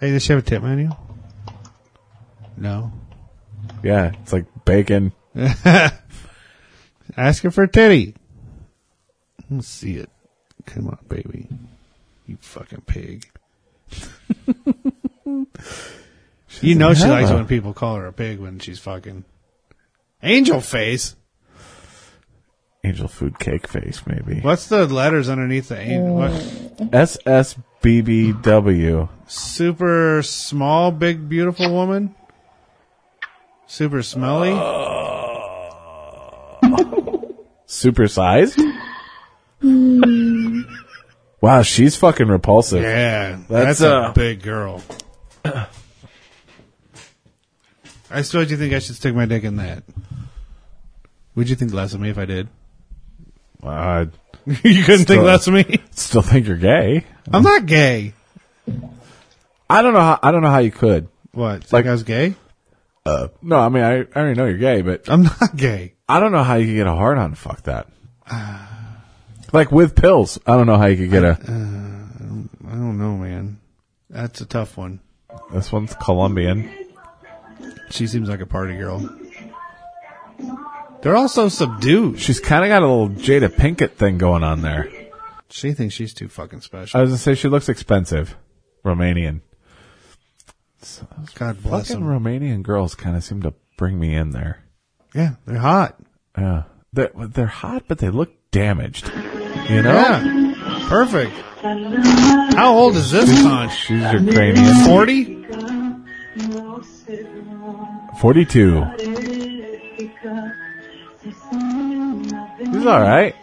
S1: Hey, does she have a tit menu? No.
S2: yeah it's like bacon
S1: Ask her for a titty. Let's see it. Come on, baby. You fucking pig. you know she
S2: have
S1: likes
S2: a-
S1: it when people call her a pig when she's fucking. Angel face.
S2: angel food cake face maybe
S1: What's the letters underneath the angel? What?
S2: ssbbw
S1: Super small, big, beautiful woman. Super smelly.
S2: supersized. wow, she's fucking repulsive.
S1: Yeah, that's,
S2: That's,
S1: a
S2: uh,
S1: big girl. I suppose you think I should stick my dick in that. Would you think less of me if I did?
S2: I
S1: you couldn't think
S2: Still-
S1: less of me.
S2: still think you're gay.
S1: I'm not gay.
S2: I don't know. How, I don't know how you could.
S1: What? Like
S2: Like-
S1: I was gay?
S2: No, I mean, I, I already know you're gay, but
S1: I'm not gay.
S2: I don't know how you could get a hard on. Fuck that. Like with pills. I don't know how you could get a.
S1: I don't know, man. That's a tough one.
S2: This one's Colombian.
S1: She seems like a party girl. They're all so subdued.
S2: She's kind of got a little Jada Pinkett thing going on there.
S1: She thinks she's too fucking special.
S2: I was gonna say she looks expensive. Romanian.
S1: God bless
S2: Uh, Fucking
S1: them.
S2: Romanian girls kind of seem to bring me in there.
S1: Yeah, they're hot.
S2: Yeah, they're, they're hot, but they look damaged. You know,
S1: Yeah, perfect. How old is this conch?
S2: she's Ukrainian.
S1: Forty?
S2: Forty-two. She's all right.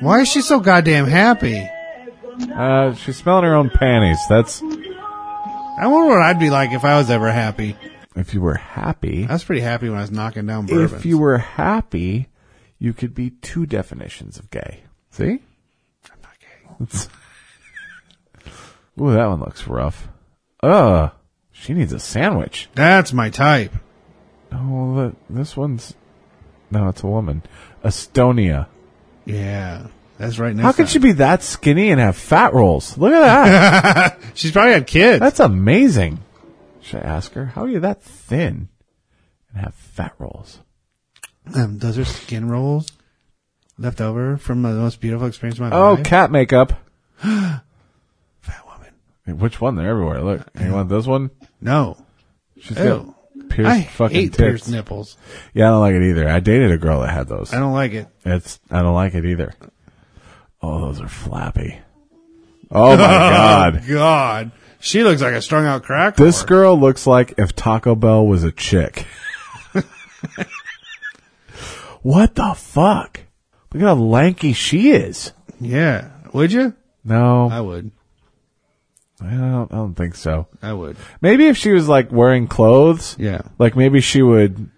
S1: Why is she so goddamn happy?
S2: Uh, she's smelling her own panties. That's
S1: I wonder what I'd be like if I was ever happy.
S2: if you were happy.
S1: I was pretty happy when I was knocking down bourbons.
S2: If you were happy, you could be two definitions of gay. See?
S1: I'm not gay.
S2: It's- Ooh, that one looks rough. Ugh. She needs a sandwich.
S1: That's my type.
S2: Oh, that, this one's. No, it's a woman. Estonia.
S1: Yeah, that's right next.
S2: How could
S1: time.
S2: she be that skinny and have fat rolls? Look at that.
S1: She's probably had kids.
S2: That's amazing. Should I ask her? How are you that thin and have fat rolls?
S1: um, those are skin rolls left over from the most beautiful experience of my
S2: Oh,
S1: life.
S2: cat makeup.
S1: fat woman.
S2: Hey, Which one? They're everywhere. Look. You want this one?
S1: No,
S2: She's
S1: Ew.
S2: got pierced
S1: I
S2: fucking
S1: hate
S2: tits.
S1: pierced nipples.
S2: Yeah, I don't like it either. I dated a girl that had those.
S1: I don't like it.
S2: It's I don't like it either. Oh, those are flappy. Oh my god.
S1: God, she looks like a strung out crack.
S2: This
S1: whore.
S2: girl looks like if Taco Bell was a chick. what the fuck? Look at how lanky she is.
S1: Yeah, would you?
S2: No,
S1: I
S2: I,
S1: would.
S2: don't, I don't think so.
S1: I would.
S2: Maybe if she was like wearing clothes,
S1: Yeah,
S2: like maybe she would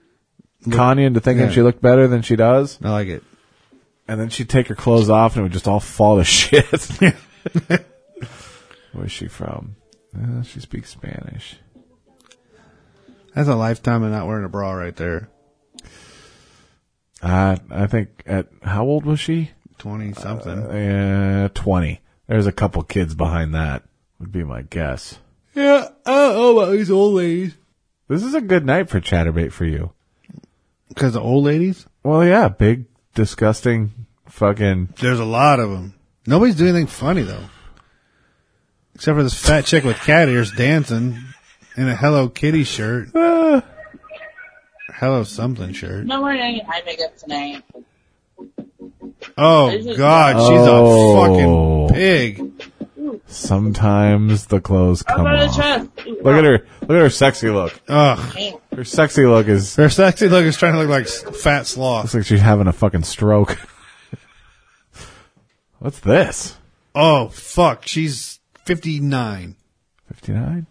S2: con you into thinking
S1: yeah.
S2: she looked better than she does,
S1: I like it.
S2: and then she'd take her clothes off and it would just all fall to shit. Where's she from? Uh, she speaks Spanish.
S1: That's a lifetime of not wearing a bra right there.
S2: Uh, I think at how old was she?
S1: Twenty something.
S2: Uh, twenty. There's a couple kids behind that. Would be my guess.
S1: yeah. Oh, about these old ladies.
S2: This is a good night for ChatterBait for you.
S1: Because the old ladies,
S2: Well, yeah, big, disgusting, fucking.
S1: there's a lot of them. Nobody's doing anything funny though, except for this fat chick with cat ears dancing in a Hello Kitty shirt,
S2: Uh,
S1: Hello something shirt.
S8: No wearing any eye makeup tonight.
S1: Oh God, she's
S2: Oh.
S1: a fucking pig.
S2: sometimes the clothes
S8: How
S2: come
S8: about a
S2: off.
S8: chest?
S2: Look at her. Look at her sexy look.
S1: Ugh,
S2: Her sexy look is
S1: her sexy look is trying to look like s- fat sloth.
S2: looks like she's having a fucking stroke. What's this?
S1: Oh fuck, she's fifty nine.
S2: 59?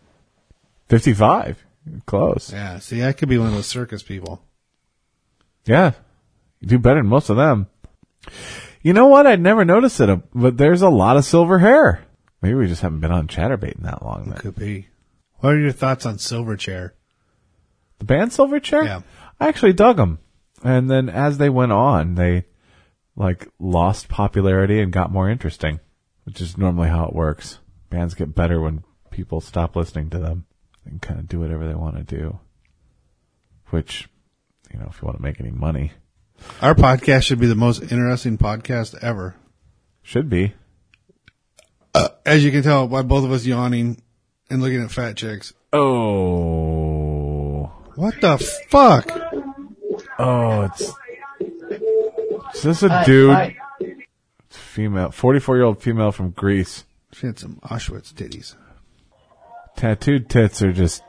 S2: 55. Close.
S1: Yeah, see, I could be one of those circus people.
S2: Yeah. You do better than most of them. You know what? I'd never noticed it, uh, but there's a lot of silver hair. Maybe we just haven't been on Chatterbait in that long. Then.
S1: Could be. What are your thoughts on Silverchair?
S2: The band Silverchair?
S1: Yeah.
S2: I actually dug them. And then as they went on, they like lost popularity and got more interesting, which is normally how it works. Bands get better when people stop listening to them and kind of do whatever they want to do. Which, you know, if you want to make any money,
S1: Our podcast should be the most interesting podcast ever.
S2: should be.
S1: As you can tell by both of us yawning and looking at fat chicks.
S2: Oh.
S1: What the fuck?
S2: Oh, it's. Is this a dude? It's female, 44 year old female from Greece.
S1: She had some Auschwitz titties.
S2: Tattooed tits are just.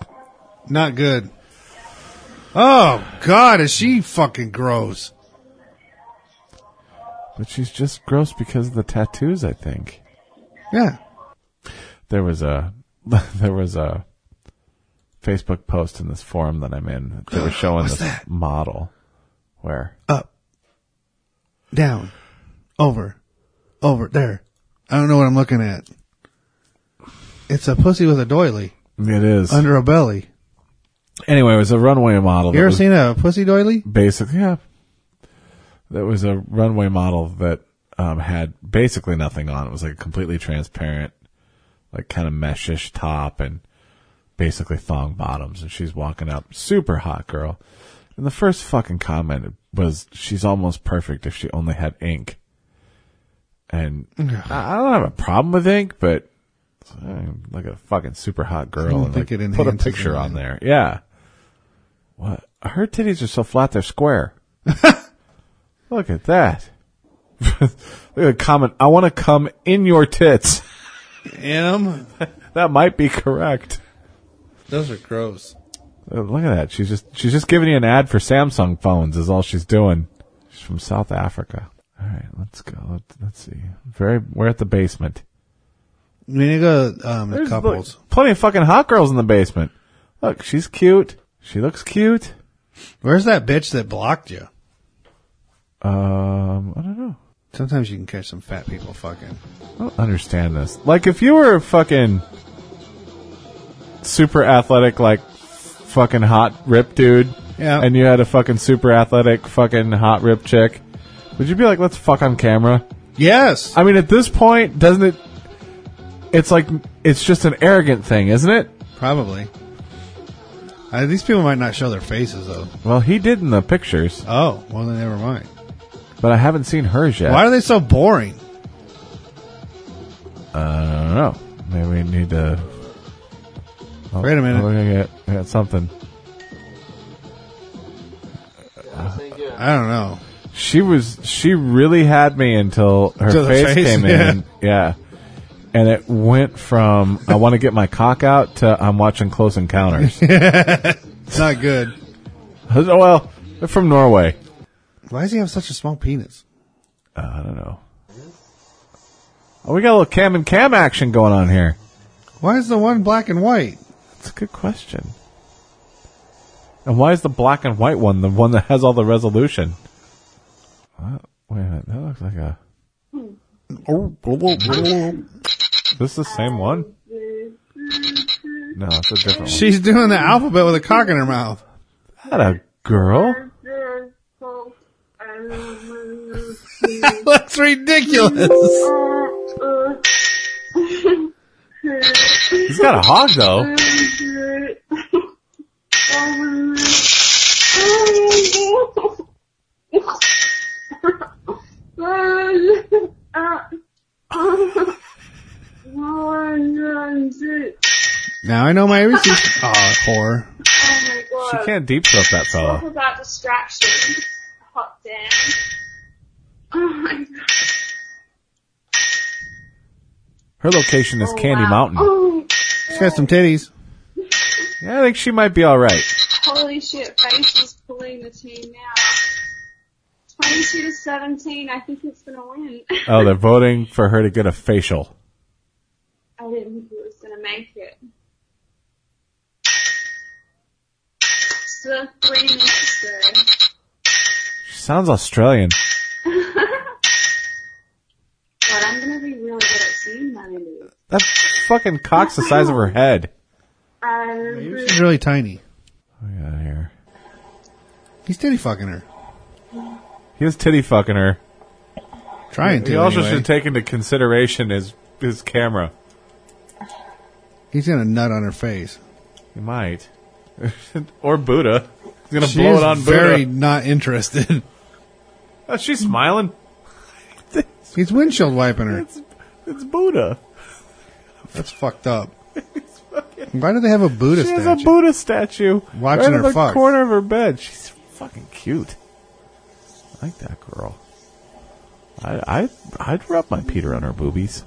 S1: Not good. Oh god, is she fucking gross.
S2: But she's just gross because of the tattoos, I think.
S1: Yeah.
S2: There was a. There was a Facebook post in this forum that I'm in. They were showing this
S1: that?
S2: model where.
S1: Up. Down. Over. Over. There. I don't know what I'm looking at. It's a pussy with a doily
S2: It is.
S1: under a belly.
S2: anyway, it was a runway model.
S1: You
S2: that
S1: ever
S2: was-
S1: seen a pussy doily?
S2: basically yeah that was a runway model that um, had basically nothing on. It was like a completely transparent, like kind of meshish top and basically thong bottoms. And she's walking up, super hot girl. And the first fucking comment was, "She's almost perfect if she only had ink." And I I don't have a problem with ink, but uh, look at a fucking super hot girl
S1: don't
S2: and
S1: think
S2: like,
S1: it
S2: put a
S1: enhances
S2: picture
S1: it.
S2: on there. Yeah. What? Her titties are so flat they're square. Look at that. Look at the comment. I want to come in your tits.
S1: Em,
S2: That might be correct.
S1: those are gross.
S2: Uh, Look at that. She's just she's just giving you an ad for Samsung phones. Is all she's doing. She's from South Africa. All right, let's go. Let's, let's see. Very. We're at the basement.
S1: We need to go um, to couples.
S2: look, plenty of fucking hot girls in the basement. Look, she's cute. She looks cute.
S1: Where's that bitch that blocked you?
S2: Um, I don't know.
S1: Sometimes you can catch some fat people fucking.
S2: I don't understand this. Like, if you were fucking super athletic, like fucking hot rip dude,
S1: Yeah.
S2: and you had a fucking super athletic fucking hot rip chick, would you be like, let's fuck on camera?
S1: Yes.
S2: I mean, at this point, doesn't it? It's like it's just an arrogant thing, isn't it?
S1: Probably. Uh, these people might not show their faces though.
S2: Well, he did in the pictures,
S1: Oh, well then never mind.
S2: but I haven't seen hers yet.
S1: Why are they so boring?
S2: I don't know. Maybe we need to. Oh,
S1: Wait a minute.
S2: We're gonna get, we got something.
S1: I don't know.
S2: She was she really had me until her
S1: Till the
S2: face,
S1: face,
S2: came
S1: yeah.
S2: in. Yeah. And it went from I want to get my cock out to I'm watching Close Encounters.
S1: It's not good.
S2: well, they're from Norway.
S1: Why does he have such a small penis?
S2: Uh, I don't know. Oh, we got a little cam and cam action going on here.
S1: Why is the one black and white?
S2: That's a good question. And why is the black and white one the one that has all the resolution? What? Wait a minute, that looks like a. This the same one? No, it's a different one.
S1: She's doing the alphabet with a cock in her mouth.
S2: Not a girl.
S1: That's ridiculous.
S2: He's got a hog though.
S1: Now I know my ABCs. Aw, whore.
S2: She can't deep throat that fella.
S5: about distraction. Hot damn. Oh my god.
S2: Her location
S5: Oh,
S2: is Candy Mountain.
S1: She's got some titties.
S2: Yeah, I think she might be all right.
S5: Holy shit, Face is pulling the team now. 22 to 17, I think it's gonna win.
S2: Oh, they're voting for her to get a facial.
S5: I didn't think it was gonna make it. Still three minutes to go.
S2: She sounds Australian.
S5: God, I'm gonna be really good at seeing that in it.
S2: That fucking cock's the size of her head.
S5: Um,
S1: She's really tiny.
S2: What do we got here?
S1: He's titty fucking her.
S2: He was titty fucking her.
S1: Trying to.
S2: He also
S1: anyway.
S2: should take into consideration his his camera.
S1: He's gonna nut on her face.
S2: He might, or Buddha. He's gonna
S1: She
S2: blow
S1: is
S2: it on
S1: very
S2: Buddha.
S1: not interested.
S2: Oh, she's smiling.
S1: He's windshield wiping her.
S2: It's it's Buddha.
S1: That's fucked up. Why do they have a Buddha
S2: she
S1: statue?
S2: has a Buddha statue
S1: Watching
S2: right in
S1: her
S2: the
S1: fuck.
S2: corner of her bed. She's fucking cute. I like that girl. I I I'd rub my Peter on her boobies.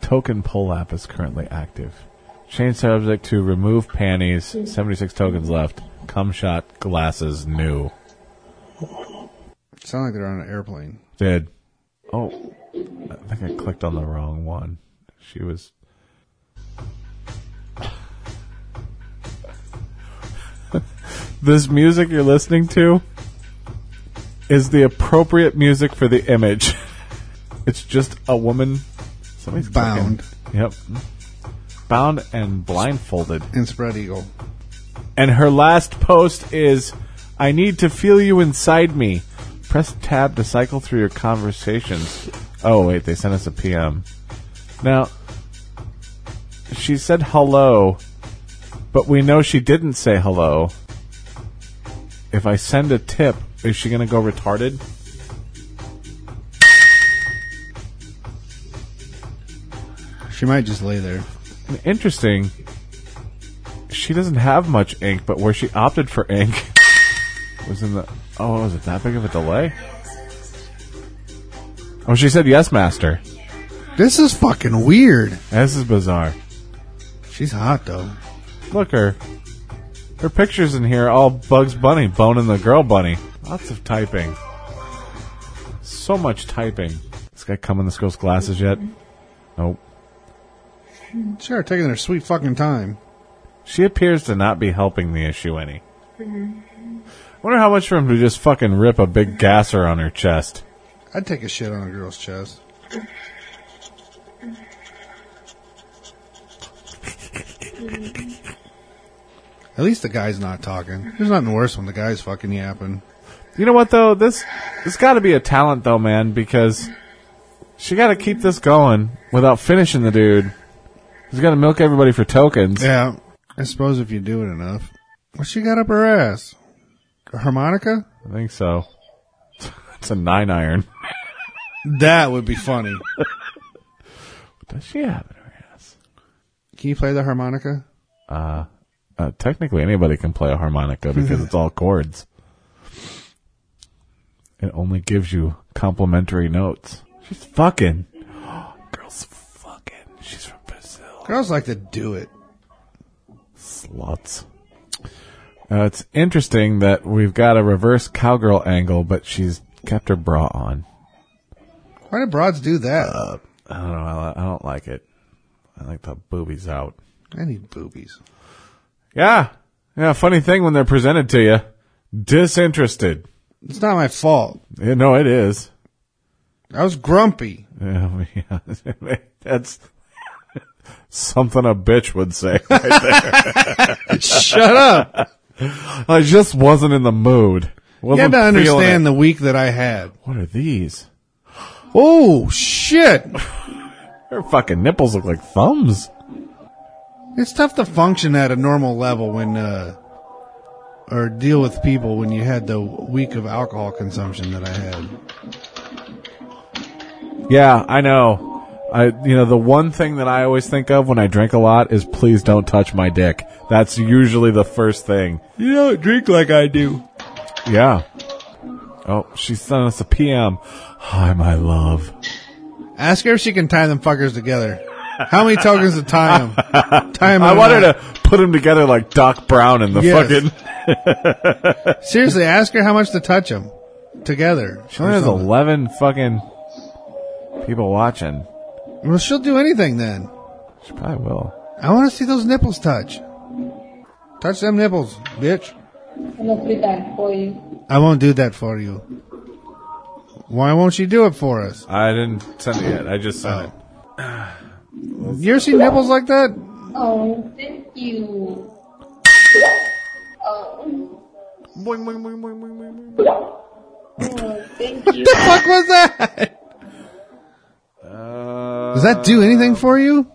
S2: Token pull app is currently active. Change subject to remove panties. Seventy six tokens left. Cum shot glasses new.
S1: Sound like they're on an airplane.
S2: Did oh I think I clicked on the wrong one. She was This music you're listening to is the appropriate music for the image. It's just a woman somebody's clicking.
S1: Bound.
S2: Yep. Bound and blindfolded.
S1: And spread eagle.
S2: And her last post is I need to feel you inside me. Press tab to cycle through your conversations. Oh, wait, they sent us a PM. Now, she said hello, but we know she didn't say hello. If I send a tip, is she going to go retarded?
S1: She might just lay there.
S2: And interesting, she doesn't have much ink, but where she opted for ink was in the. Oh, was it that big of a delay? Oh, she said yes, master.
S1: This is fucking weird.
S2: This is bizarre.
S1: She's hot though.
S2: Look her. Her pictures in here all Bugs Bunny, Bone and the Girl Bunny. Lots of typing. So much typing. This guy come in this girl's glasses yet? Nope.
S1: Sure, taking their sweet fucking time.
S2: She appears to not be helping the issue any. Wonder how much for him to just fucking rip a big gasser on her chest.
S1: I'd take a shit on a girl's chest. At least the guy's not talking. There's nothing worse when the guy's fucking yapping.
S2: You know what though? This it's got to be a talent though, man, because she got to keep this going without finishing the dude. He's got to milk everybody for tokens.
S1: Yeah, I suppose if you do it enough. What she got up her ass? A harmonica?
S2: I think so. It's a nine iron.
S1: That would be funny.
S2: Does she have in her ass?
S1: Can you play the harmonica?
S2: Uh, technically, anybody can play a harmonica because it's all chords. It only gives you complimentary notes. She's fucking. Girl's fucking. She's from Brazil.
S1: Girls like to do it.
S2: Sluts. Uh, it's interesting that we've got a reverse cowgirl angle, but she's kept her bra on.
S1: Why do broads do that?
S2: I don't know. I, I don't like it. I like the boobies out.
S1: I need boobies.
S2: Yeah. Yeah. Funny thing when they're presented to you. Disinterested.
S1: It's not my fault.
S2: Yeah, no, it is.
S1: I was grumpy.
S2: Yeah, yeah. that's something a bitch would say.
S1: Shut up.
S2: I just wasn't in the mood.
S1: You
S2: Wasn't
S1: have to
S2: feeling
S1: understand
S2: it.
S1: the week that I had.
S2: What are these?
S1: Oh shit!
S2: Her fucking nipples look like thumbs.
S1: It's tough to function at a normal level when, uh, or deal with people when you had the week of alcohol consumption that I had.
S2: Yeah, I know. I, you know, the one thing that I always think of when I drink a lot is please don't touch my dick. That's usually the first thing.
S1: You don't drink like I do.
S2: Yeah. Oh, she sent us a PM. Hi, my love.
S1: Ask her if she can tie them fuckers together. How many tokens to tie them? Tie 'em
S2: I
S1: in
S2: wanted
S1: a-
S2: to put them together like Doc Brown in the
S1: Yes.
S2: fucking.
S1: Seriously, ask her how much to touch them together.
S2: She only has eleven fucking people watching.
S1: Well, she'll do anything then.
S2: She probably will.
S1: I want to see those nipples touch. Touch them nipples, bitch.
S6: I'm gonna do that for you.
S1: I won't do that for you. Why won't she do it for us?
S2: I didn't send it yet. I just sent it.
S1: You ever see nipples like that?
S6: Oh, thank you.
S2: Boing, boing, boing, boing, boing, boing, boing.
S1: What the fuck was that?
S2: Uh,
S1: Does that do anything for you?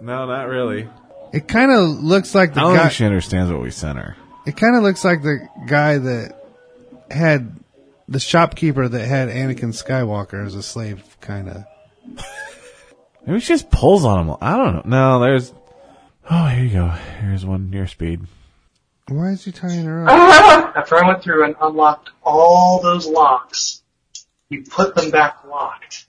S2: No, not really.
S1: It kind of looks like the
S2: I don't
S1: guy.
S2: think she understands what we sent her.
S1: It kind of looks like the guy that had the shopkeeper that had Anakin Skywalker as a slave, kind of.
S2: Maybe she just pulls on him. I don't know. No, there's. Oh, here you go. Here's one near speed.
S1: Why is he tying her up?
S9: After I went through and unlocked all those locks, he put them back locked.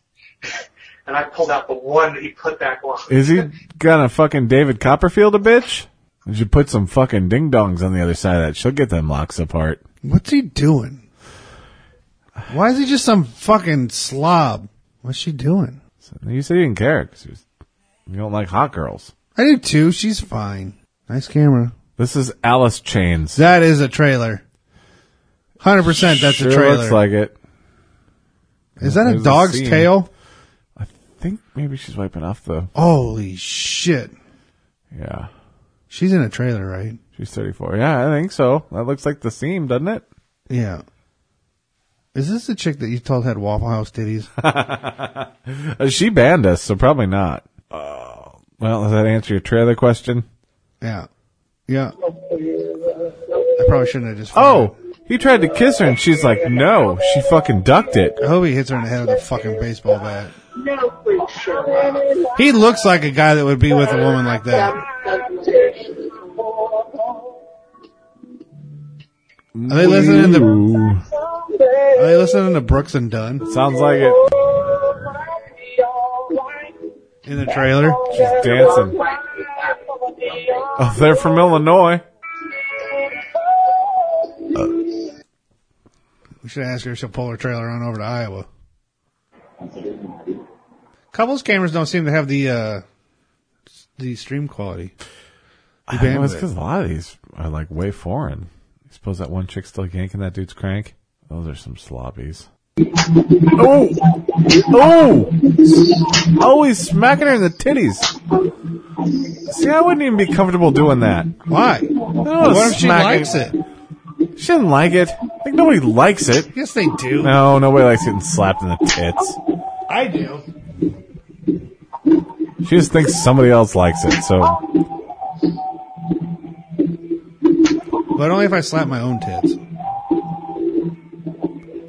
S9: And I pulled out the one that he put back locked.
S2: Is he gonna fucking David Copperfield a bitch? You should put some fucking ding dongs on the other side of that. She'll get them locks apart.
S1: What's he doing? Why is he just some fucking slob? What's she doing?
S2: So you said you didn't care because you don't like hot girls.
S1: I do too. She's fine. Nice camera.
S2: This is Alice Chains.
S1: That is a trailer. Hundred percent. That's
S2: sure
S1: a trailer.
S2: Looks like it.
S1: is that a
S2: There's a
S1: dog's
S2: scene.
S1: tail?
S2: I think maybe she's wiping off the.
S1: Holy shit!
S2: Yeah,
S1: She's in a trailer, right?
S2: she's 34. Yeah, I think so. That looks like the seam, doesn't it?
S1: Yeah. Is this the chick that you told had Waffle House titties?
S2: Uh, she banned us, so probably not. Oh. Well, does that answer your trailer question?
S1: yeah. Yeah. I probably shouldn't have just.
S2: Oh, he tried to kiss her, and she's like, no. She fucking ducked it.
S1: I hope he hits her in the head with a fucking baseball bat.
S9: No, please, sure.
S1: He looks like a guy that would be with a woman like that. Are they listening to
S2: Ooh.
S1: Are they listening to Brooks and Dunn
S2: Sounds like it.
S1: in the trailer?
S2: She's dancing. Oh, they're from Illinois.
S1: We should ask her if she'll pull her trailer on over to Iowa. Couples cameras don't seem to have the uh the stream quality. The
S2: I know, it's
S1: bandwidth.
S2: because a lot of these are like way foreign. I suppose that one chick's still yanking that dude's crank. Those are some sloppies. Oh! Oh! Oh, he's smacking her in the titties. See, I wouldn't even be comfortable doing that.
S1: Why?
S2: No,
S1: what if she
S2: Oh, smacking-
S1: likes it?
S2: She didn't like it. Like, nobody likes it.
S1: Yes, they do.
S2: No, nobody likes getting slapped in the tits.
S1: I do.
S2: She just thinks somebody else likes it, so.
S1: But only if I slap my own tits.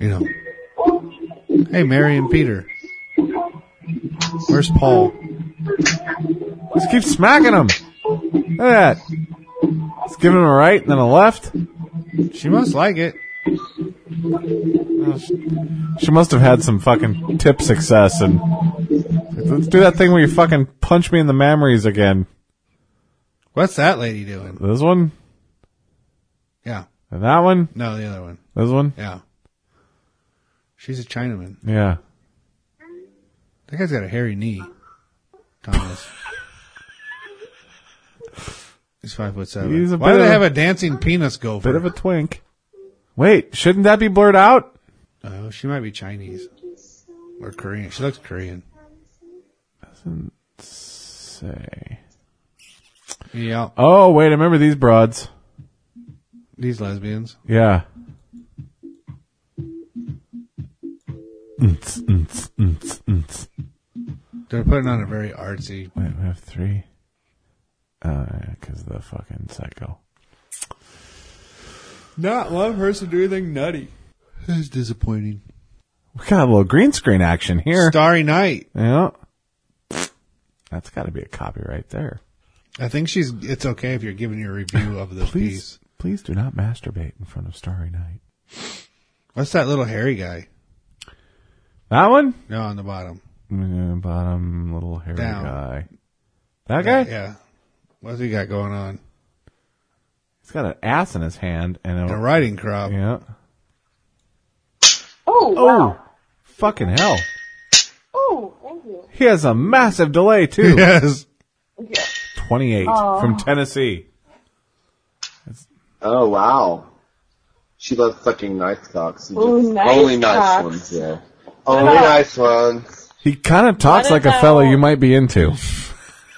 S1: You know. Hey, Mary and Peter. Where's Paul?
S2: Just keep smacking him! Look at that. Just give him a right and then a left.
S1: She must like it.
S2: She must have had some fucking tip success and let's do that thing where you fucking punch me in the memories again.
S1: What's that lady doing?
S2: This one
S1: Yeah.
S2: and that one.
S1: No, the other one.
S2: This one.
S1: Yeah. She's a Chinaman.
S2: Yeah.
S1: That guy's got a hairy knee. Thomas. He's five foot seven.
S2: He's a
S1: Why
S2: bit
S1: do they
S2: of a-
S1: have a dancing penis gopher?
S2: Bit of a twink. Wait, shouldn't that be blurred out?
S1: Oh, she might be Chinese or Korean. She looks Korean.
S2: Say.
S1: Yeah,
S2: Oh, wait, I remember these broads.
S1: these lesbians.
S2: Yeah. Mm-ts, mm-ts, mm-ts, mm-ts.
S1: They're putting on a very artsy.
S2: Wait, we have three. Uh, cause the fucking psycho.
S1: Not one person do anything nutty. That's disappointing.
S2: We got a little green screen action here.
S1: Starry Night.
S2: Yeah. That's got to be a copyright there.
S1: I think she's. It's okay if you're giving your review of the piece.
S2: Please, please do not masturbate in front of Starry Night.
S1: What's that little hairy guy?
S2: That one?
S1: No, on the bottom.
S2: Mm, Bottom little hairy
S1: Down.
S2: guy. That guy?
S1: Yeah. What's he got going on?
S2: He's got an ass in his hand and
S1: The
S2: a.
S1: riding crop.
S2: Oh. Yeah.
S8: Oh,
S2: Oh!
S8: wow.
S2: Fucking hell.
S8: Oh, thank you.
S2: He has a massive delay, too.
S1: Yes.
S2: 28 from Tennessee.
S10: Oh wow. She loves sucking nice cocks. You
S8: Ooh,
S10: just-
S8: nice
S10: only nice
S8: cocks.
S10: ones, yeah. Only nice ones.
S2: He kind of talks
S8: What
S2: like a
S8: about-
S2: fella you might be into.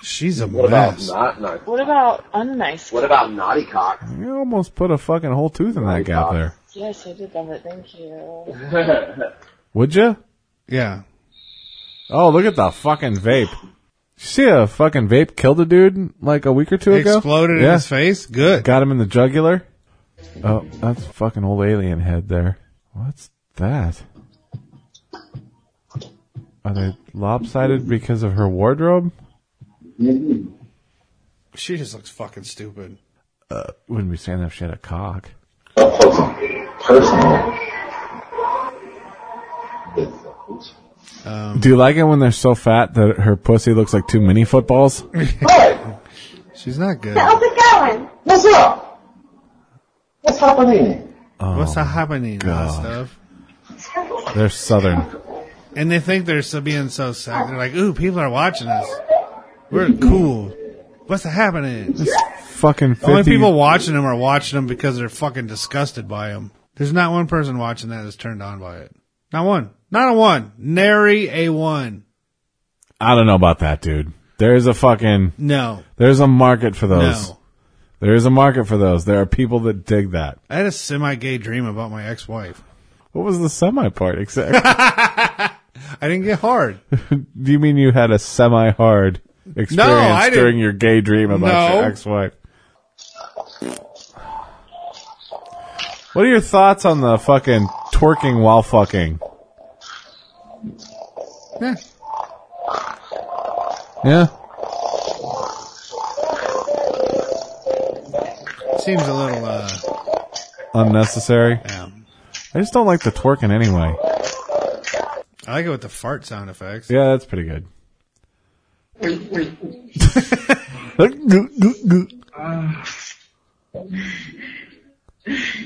S1: She's a
S10: What about
S1: mess.
S10: not nice?
S8: What about unnice?
S10: What about naughty cocks?
S2: You almost put a fucking whole tooth in that gap there.
S8: Yes, I did love it. Thank you.
S2: Would you?
S1: Yeah.
S2: Oh, look at the fucking vape. You see a fucking vape killed a dude like a week or two ago?
S1: Exploded in
S2: Yeah.
S1: his face. Good.
S2: Got him in the jugular. Oh, that's a fucking old alien head there. What's that? Are they lopsided because of her wardrobe?
S1: She just looks fucking stupid.
S2: Wouldn't be saying that if she had a cock.
S1: Um,
S2: Do you like it when they're so fat that her pussy looks like two mini footballs?
S1: She's not good.
S2: Oh.
S6: it going?
S10: What's up? What's happening?
S1: What's happening? and
S2: God.
S1: Stuff.
S2: Oh, They're southern.
S1: And they think they're so being so sexy. They're like, ooh, people are watching us. We're cool. What's happening?
S2: Fucking 50.
S1: The only people watching them are watching them because they're fucking disgusted by them. There's not one person watching that is turned on by it. Not one. Not a one. Nary a one.
S2: I don't know about that, dude. There's a fucking
S1: No.
S2: there's a market for those.
S1: No.
S2: There is a market for those. There are people that dig that.
S1: I had a semi-gay dream about my ex-wife.
S2: What was the semi part exactly?
S1: I didn't get hard.
S2: Do you mean you had a semi hard experience
S1: I didn't.
S2: during your gay dream about
S1: No.
S2: your ex wife? What are your thoughts on the fucking twerking while fucking?
S1: Yeah.
S2: Yeah.
S1: Seems a little, uh,
S2: Unnecessary.
S1: yeah.
S2: I just don't like the twerking anyway.
S1: I like it with the fart sound effects.
S2: Yeah, that's pretty good.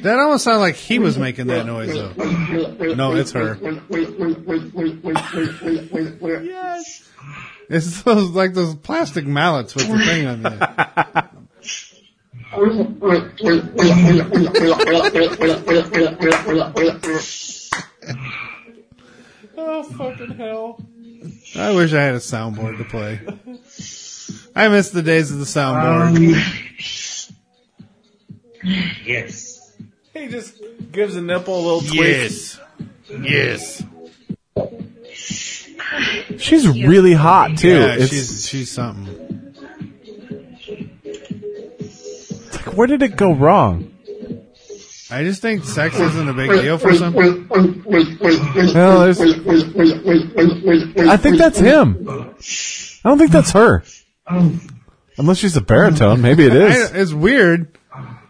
S1: That almost sounded like he was making that noise though. No, it's her.
S2: yes.
S1: It's those, like those plastic mallets with the thing on there.
S2: Oh fucking hell.
S1: I wish I had a soundboard to play. I miss the days of the soundboard.
S9: Yes.
S2: He just gives a nipple a little
S1: yes. Yes.
S2: She's really hot too.
S1: Yeah,
S2: It's-
S1: she's, she's something.
S2: where did it go wrong?
S1: I just think sex isn't a big deal for some.
S2: Well, there's, I think that's him. I don't think that's her. Unless she's a baritone, maybe it is.
S1: I- it's weird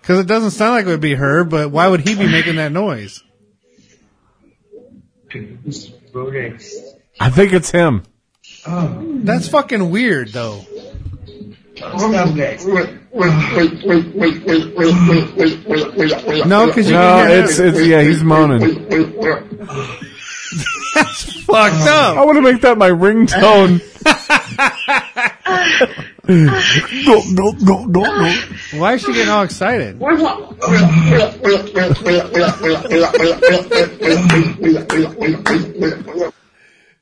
S1: because it doesn't sound like it would be her, but why would he be making that noise?
S9: Go next.
S2: I think it's him.
S1: That's fucking weird, though.
S9: Go next.
S1: No, because you
S2: No,
S1: can hear
S2: it's it's yeah, he's moaning.
S1: it's fucked up.
S2: I want to make that my ringtone. Go, go, go, go, go.
S1: Why is she getting all excited?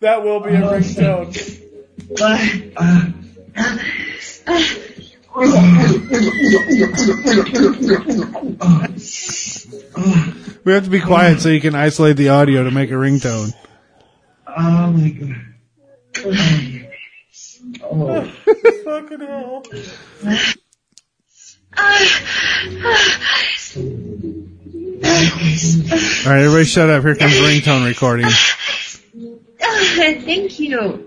S2: That will be a ringtone.
S1: We have to be quiet so you can isolate the audio to make a ringtone.
S9: Oh my god.
S2: Fucking hell.
S1: All right, everybody, shut up. Here comes ringtone recording.
S6: Thank you.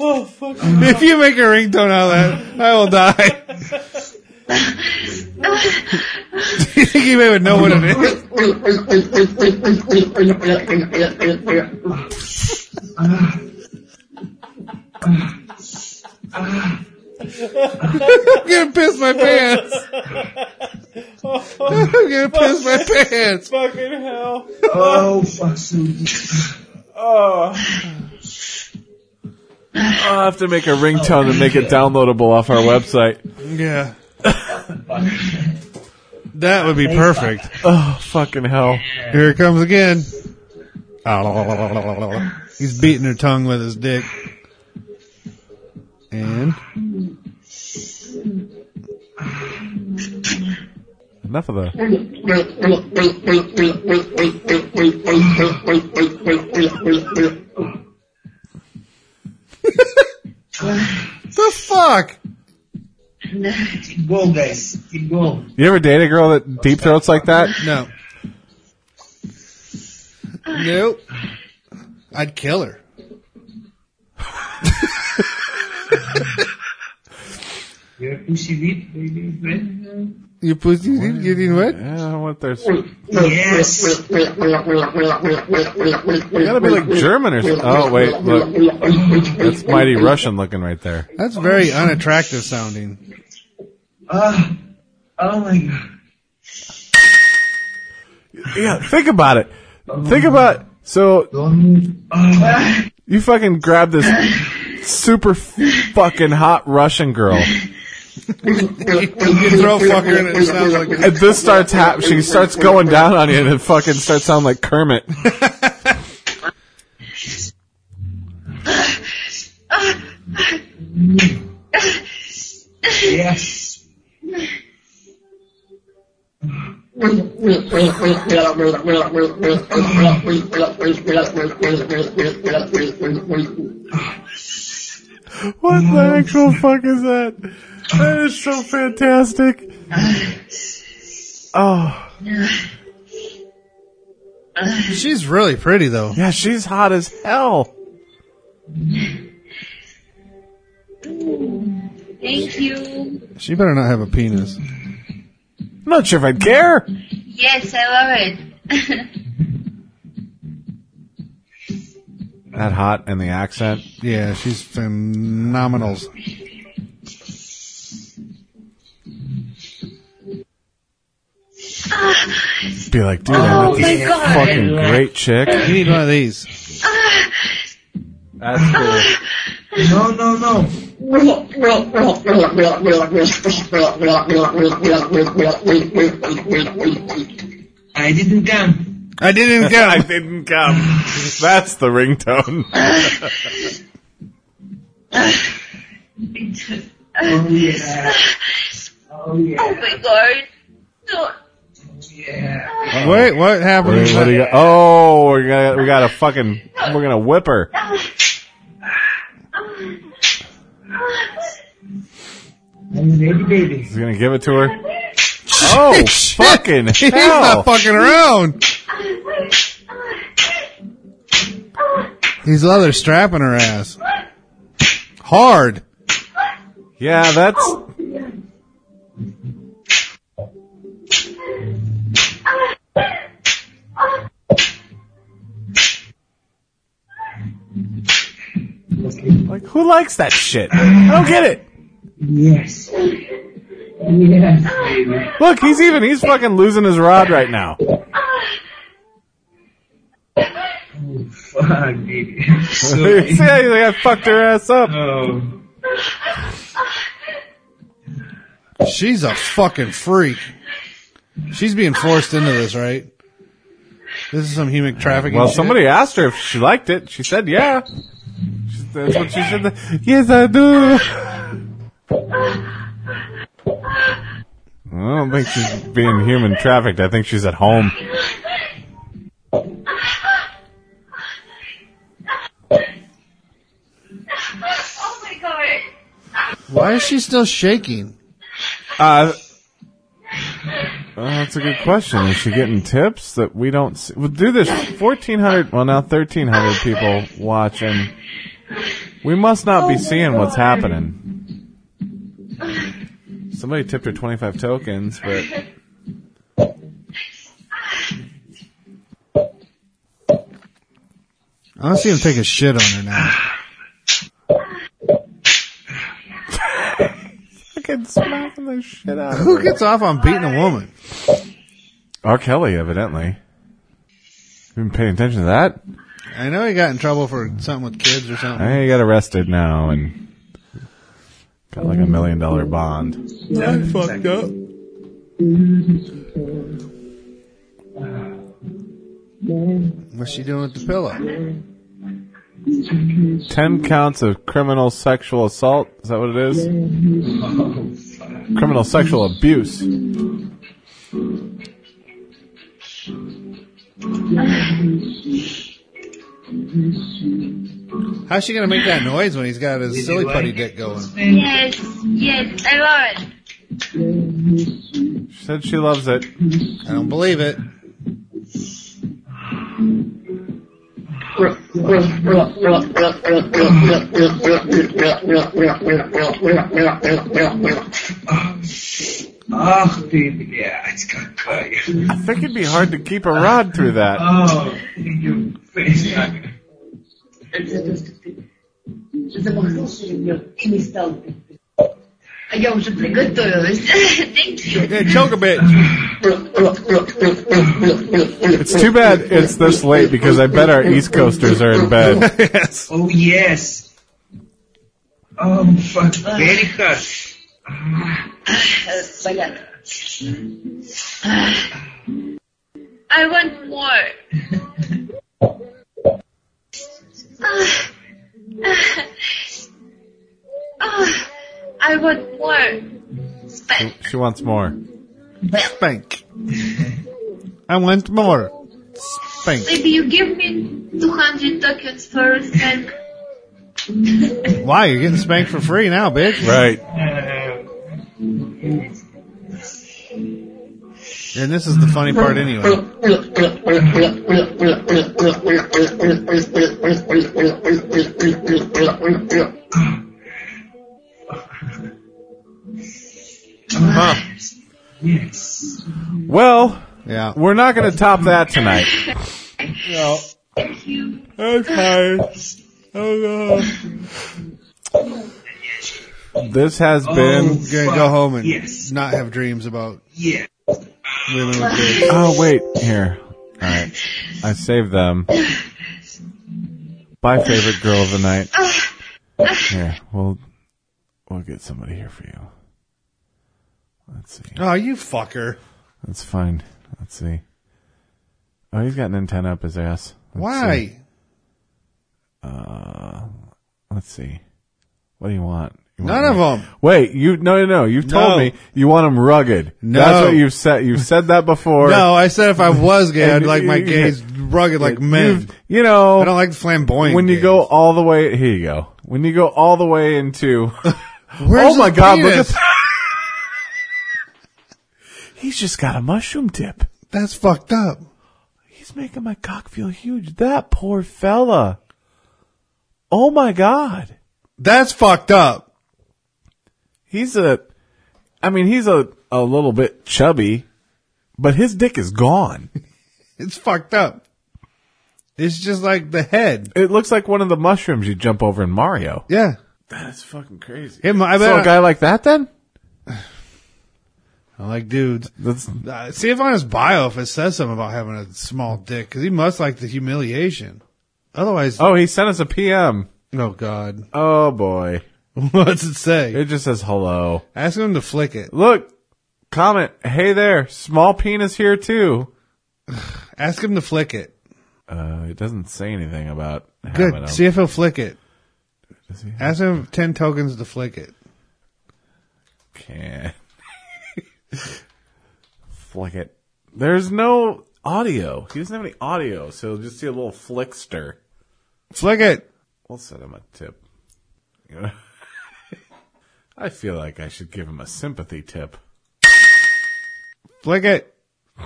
S2: Oh fuck.
S1: If you make a ringtone out of that, I will die. Do you think he would know what it is? I'm gonna piss my pants. I'm gonna piss my pants.
S2: Fucking hell.
S9: Oh fuck so
S2: Oh. I'll have to make a ringtone and make it downloadable off our website.
S1: Yeah. That would be perfect.
S2: Oh, fucking hell.
S1: Here it comes again. He's beating her tongue with his dick. And
S2: Enough of the.
S1: the fuck?
S9: Keep going guys. Keep going.
S2: You ever date a girl that deep throats like that?
S1: No. Nope. I'd kill her.
S9: Your pussy deep, baby. baby.
S1: Your pussy's getting wet?
S2: Yeah, I want their. s-
S9: Yes.
S2: gotta be like German or something. Oh, wait, look. That's mighty Russian looking right there.
S1: That's very unattractive sounding.
S9: Ah. oh my god.
S2: Yeah, think about it. Think about. So,
S9: Ah.
S2: You fucking grab this super fucking hot Russian girl,
S1: You throw fucker in it, it sounds like
S2: and this starts hap- She starts going down on you, and it fucking starts sounding like Kermit. What the actual fuck is that? That is so fantastic. Oh.
S1: She's really pretty though.
S2: Yeah, she's hot as hell.
S5: Thank you.
S1: She better not have a penis.
S2: I'm not sure if I'd care.
S7: Yes, I love it.
S2: That hot and the accent.
S1: Yeah, she's phenomenal.
S2: Be like, dude, I met this fucking great chick.
S1: Oh. You need one of these.
S2: That's cool.
S9: No, no, no. I didn't come.
S1: I didn't
S2: I
S1: get.
S2: didn't come. That's the ringtone.
S9: Oh yeah. Oh
S7: oh
S9: yeah.
S7: my god. No.
S9: Yeah.
S1: Wait, what happened?
S2: Wait, what do you got? Oh, we're gonna we got a fucking we're gonna whip her.
S9: I'm a baby baby.
S2: He's gonna give it to her. Oh, fucking
S1: He's
S2: hell.
S1: not fucking around. He's leather strapping her ass hard.
S2: Yeah, that's like who likes that shit? I don't get it.
S9: Yes. Yes, baby.
S2: Look, he's even he's fucking losing his rod right now.
S9: Oh, fuck, baby.
S2: See,
S9: So,
S2: he's like, I fucked her ass up.
S9: oh,
S1: She's a fucking freak. She's being forced into this, right? This is some human trafficking.
S2: Well,
S1: shit.
S2: somebody asked her if she liked it. She said, "Yeah." She- That's what she said. Yes, I do. I don't think she's being human trafficked. I think she's at home.
S7: Oh my god.
S1: Why is she still shaking?
S2: Uh, well, that's a good question. Is she getting tips that we don't see? Well, do this. 1,400, well, now 1,300 people watching. We must not be seeing what's happening. Somebody tipped her 25 tokens, but.
S1: I don't see him take a shit on her now.
S2: Fucking smacking the shit out of
S1: Who gets off on beating a woman?
S2: R. Kelly, evidently. You been paying attention to that?
S1: I know he got in trouble for something with kids or something.
S2: Hey, he got arrested now and got like a million dollar bond.
S1: I fucked up. What's she doing with the pillow?
S2: Ten counts of criminal sexual assault. Is that what it is? Criminal sexual abuse.
S1: How's she gonna make that noise when he's got his silly putty dick going?
S7: Yes, yes, I love it.
S2: She said she loves it.
S1: I don't believe it.
S9: oh, baby, yeah, it's gonna cut you.
S2: I think it'd be hard to keep a rod through that.
S6: 哦
S9: Oh,
S6: 嗯
S9: in your face.
S7: Я уже приготовилась. Thank you.
S1: Hey, choke a bitch.
S2: It's too bad it's this late because I bet our East Coasters are in bed.
S1: yes.
S9: Oh, yes. Oh, fuck, very good.
S7: Понятно. I want more.
S11: Ah, ah,
S7: I want more.
S2: She wants more.
S1: Spank. I want more. Spank.
S11: Maybe you give me 200 tokens first and
S1: Why? Ah, You're getting spanked for free now, bitch.
S2: Right.
S1: And this is the funny part anyway.
S2: Well,
S1: yeah,
S2: we're not going to top that tonight.
S1: No. I'm tired. Oh, God.
S2: This has
S1: I'm
S2: been.
S1: gonna go home and not have dreams about
S9: yeah.
S1: women with kids.
S2: Oh wait, here. All right, I saved them. My favorite girl of the night. Here, we'll we'll get somebody here for you. Let's see.
S1: Oh, you fucker.
S2: Let's find. Let's see. Oh, he's got an antenna up his ass. Let's
S1: Why?
S2: see. Uh, let's see. What do you want? You want
S1: None
S2: me-
S1: of 'em.
S2: Wait, you no no no. You've told
S1: No.
S2: me you want them rugged.
S1: No.
S2: that's what you've said. You've said that before.
S1: No, I said if I was gay, I'd
S2: And
S1: like my
S2: you-
S1: gays rugged like men.
S2: You've- you know,
S1: I don't like flamboyant.
S2: when you
S1: gays.
S2: go all the way. Here you go. When you go all the way into.
S1: Where's
S2: oh my
S1: his
S2: god! Look at
S1: penis?
S2: that. He's just got a mushroom tip.
S1: that's fucked up.
S2: He's making my cock feel huge. That poor fella. Oh my god.
S1: That's fucked up.
S2: He's a, I mean, he's a, a little bit chubby, but his dick is gone.
S1: It's fucked up. It's just like the head.
S2: It looks like one of the mushrooms you jump over in Mario.
S1: Yeah.
S2: That's fucking crazy.
S1: Him, I
S2: so
S1: bet
S2: a guy like that then?
S1: I like dudes.
S2: That's,
S1: Uh, see if on his bio if it says something about having a small dick because he must like the humiliation. Otherwise, oh,
S2: oh, he sent us a PM.
S1: god,
S2: Oh boy.
S1: what's it say?
S2: It just says hello.
S1: Ask him to flick it.
S2: Look, comment, hey there, small penis here too.
S1: Ask him to flick it.
S2: Uh, it doesn't say anything about
S1: Good.
S2: having a-
S1: See if he'll flick it.
S2: Does he have-
S1: Ask him ten tokens to flick it.
S2: can flick it. There's no audio. He doesn't have any audio, so you'll just see a little flickster.
S1: Flick it.
S2: We'll send him a tip. You know? I feel like I should give him a sympathy tip.
S1: Flick it.
S2: I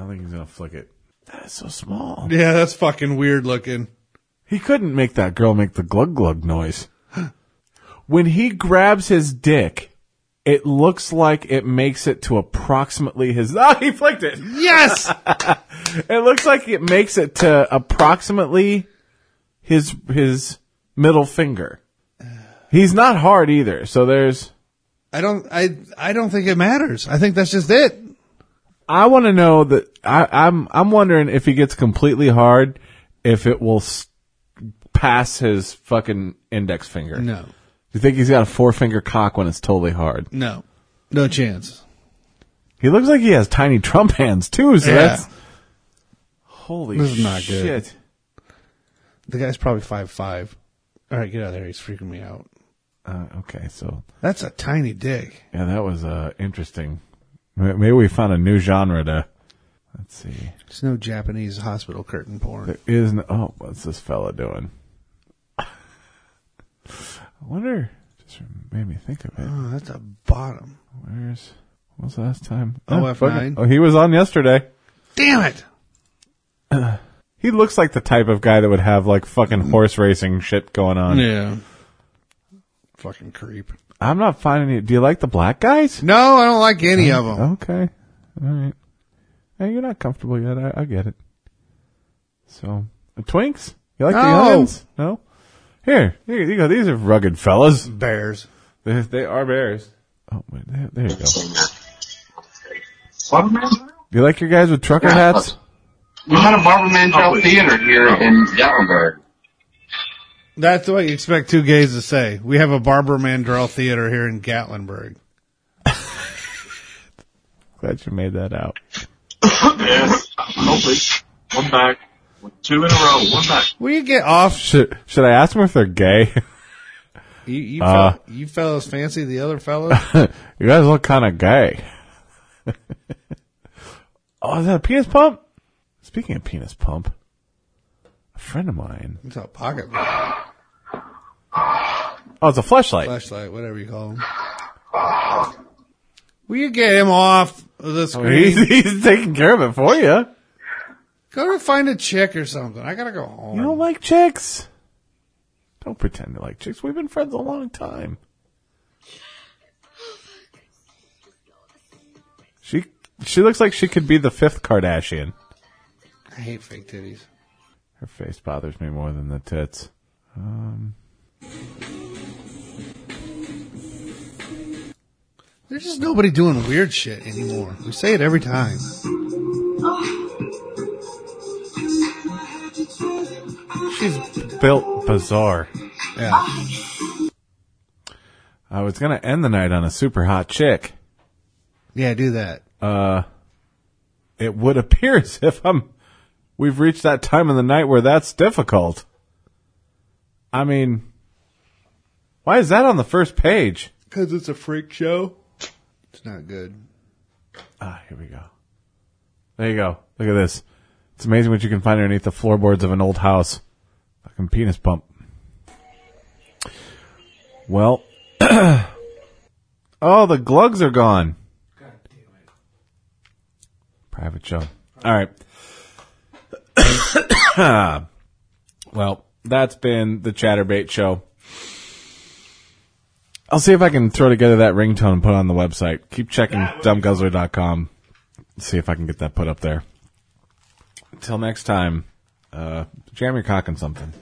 S2: don't think he's gonna flick it. That is so small.
S1: Yeah, that's fucking weird looking.
S2: He couldn't make that girl make the glug glug noise. When he grabs his dick, it looks like it makes it to approximately his. Ah, he flicked it.
S1: Yes.
S2: It looks like it makes it to approximately his his middle finger. He's not hard either, so there's.
S1: I don't. I. I don't think it matters. I think that's just it.
S2: I want to know that I, I'm I'm wondering if he gets completely hard, if it will s- pass his fucking index finger.
S1: No.
S2: You think he's got a four finger cock when it's totally hard?
S1: No. No chance.
S2: He looks like he has tiny Trump hands too. So
S1: Yeah.
S2: that's holy
S1: This is not good.
S2: shit.
S1: The guy's probably five five. All right, get out of there. He's freaking me out.
S2: Uh, okay, so
S1: That's a tiny dick.
S2: Yeah, that was uh, interesting. May- Maybe we found a new genre to. Let's see.
S1: There's no Japanese hospital curtain porn.
S2: There is no. Oh, what's this fella doing? I wonder. Just made me think of it.
S1: Oh, that's a bottom.
S2: Where's. What was the last time?
S1: Oh,
S2: Ah,
S1: F9.
S2: fucking- Oh, he was on yesterday.
S1: Damn it!
S2: He looks like the type of guy that would have like fucking horse racing shit going on.
S1: Yeah. Fucking creep.
S2: I'm not finding it. Do you like the black guys?
S1: No, I don't like any of them.
S2: Okay. All right. Hey, you're not comfortable yet. I, I get it. So, the twinks? You like the
S1: No.
S2: youngins? No? Here, here you go. These are rugged fellas.
S1: Bears.
S2: They, they are bears. Oh, wait, there, there you go.
S12: Barberman?
S2: You like your guys with trucker hats?
S12: We had a Barberman South Theater here in Gatlinburg.
S1: That's what you expect two gays to say. We have a Barbara Mandrell theater here in Gatlinburg.
S2: Glad you made that out.
S12: Yes. Hopefully. One back. Two in a row. One back.
S1: Will you get off?
S2: Should, should I ask them if they're gay?
S1: You, you,
S2: Uh.
S1: fel- you fellas fancy the other fellas?
S2: you guys look kind of gay. Oh, is that a penis pump? Speaking of penis pump, a friend of mine.
S1: It's a pocket flashlight.
S2: Oh, it's a flashlight.
S1: Flashlight, whatever you call them. Will you get him off of the
S2: Oh,
S1: screen?
S2: he's, he's taking care of it for you.
S1: Go to find a chick or something. I gotta go home.
S2: You don't like chicks? Don't pretend to like chicks. We've been friends a long time. She she looks like she could be the fifth Kardashian.
S1: I hate fake titties.
S2: Her face bothers me more than the tits. Um,
S1: There's just nobody doing weird shit anymore. We say it every time.
S2: she's built bizarre.
S1: Yeah.
S2: I was gonna end the night on a super hot chick.
S1: Yeah, do that.
S2: Uh, it would appear as if I'm. We've reached that time of the night where that's difficult. I mean, why is that on the first page?
S1: Because it's a freak show. It's not good.
S2: Ah, here we go. There you go. Look at this. It's amazing what you can find underneath the floorboards of an old house. Fucking penis pump. Well. oh, the glugs are gone. Private show. All right. well, that's been the Chatterbait show. I'll see if I can throw together that ringtone and put it on the website. Keep checking dumbguzzler.com. See if I can get that put up there. Until next time, uh, jam your cock in something.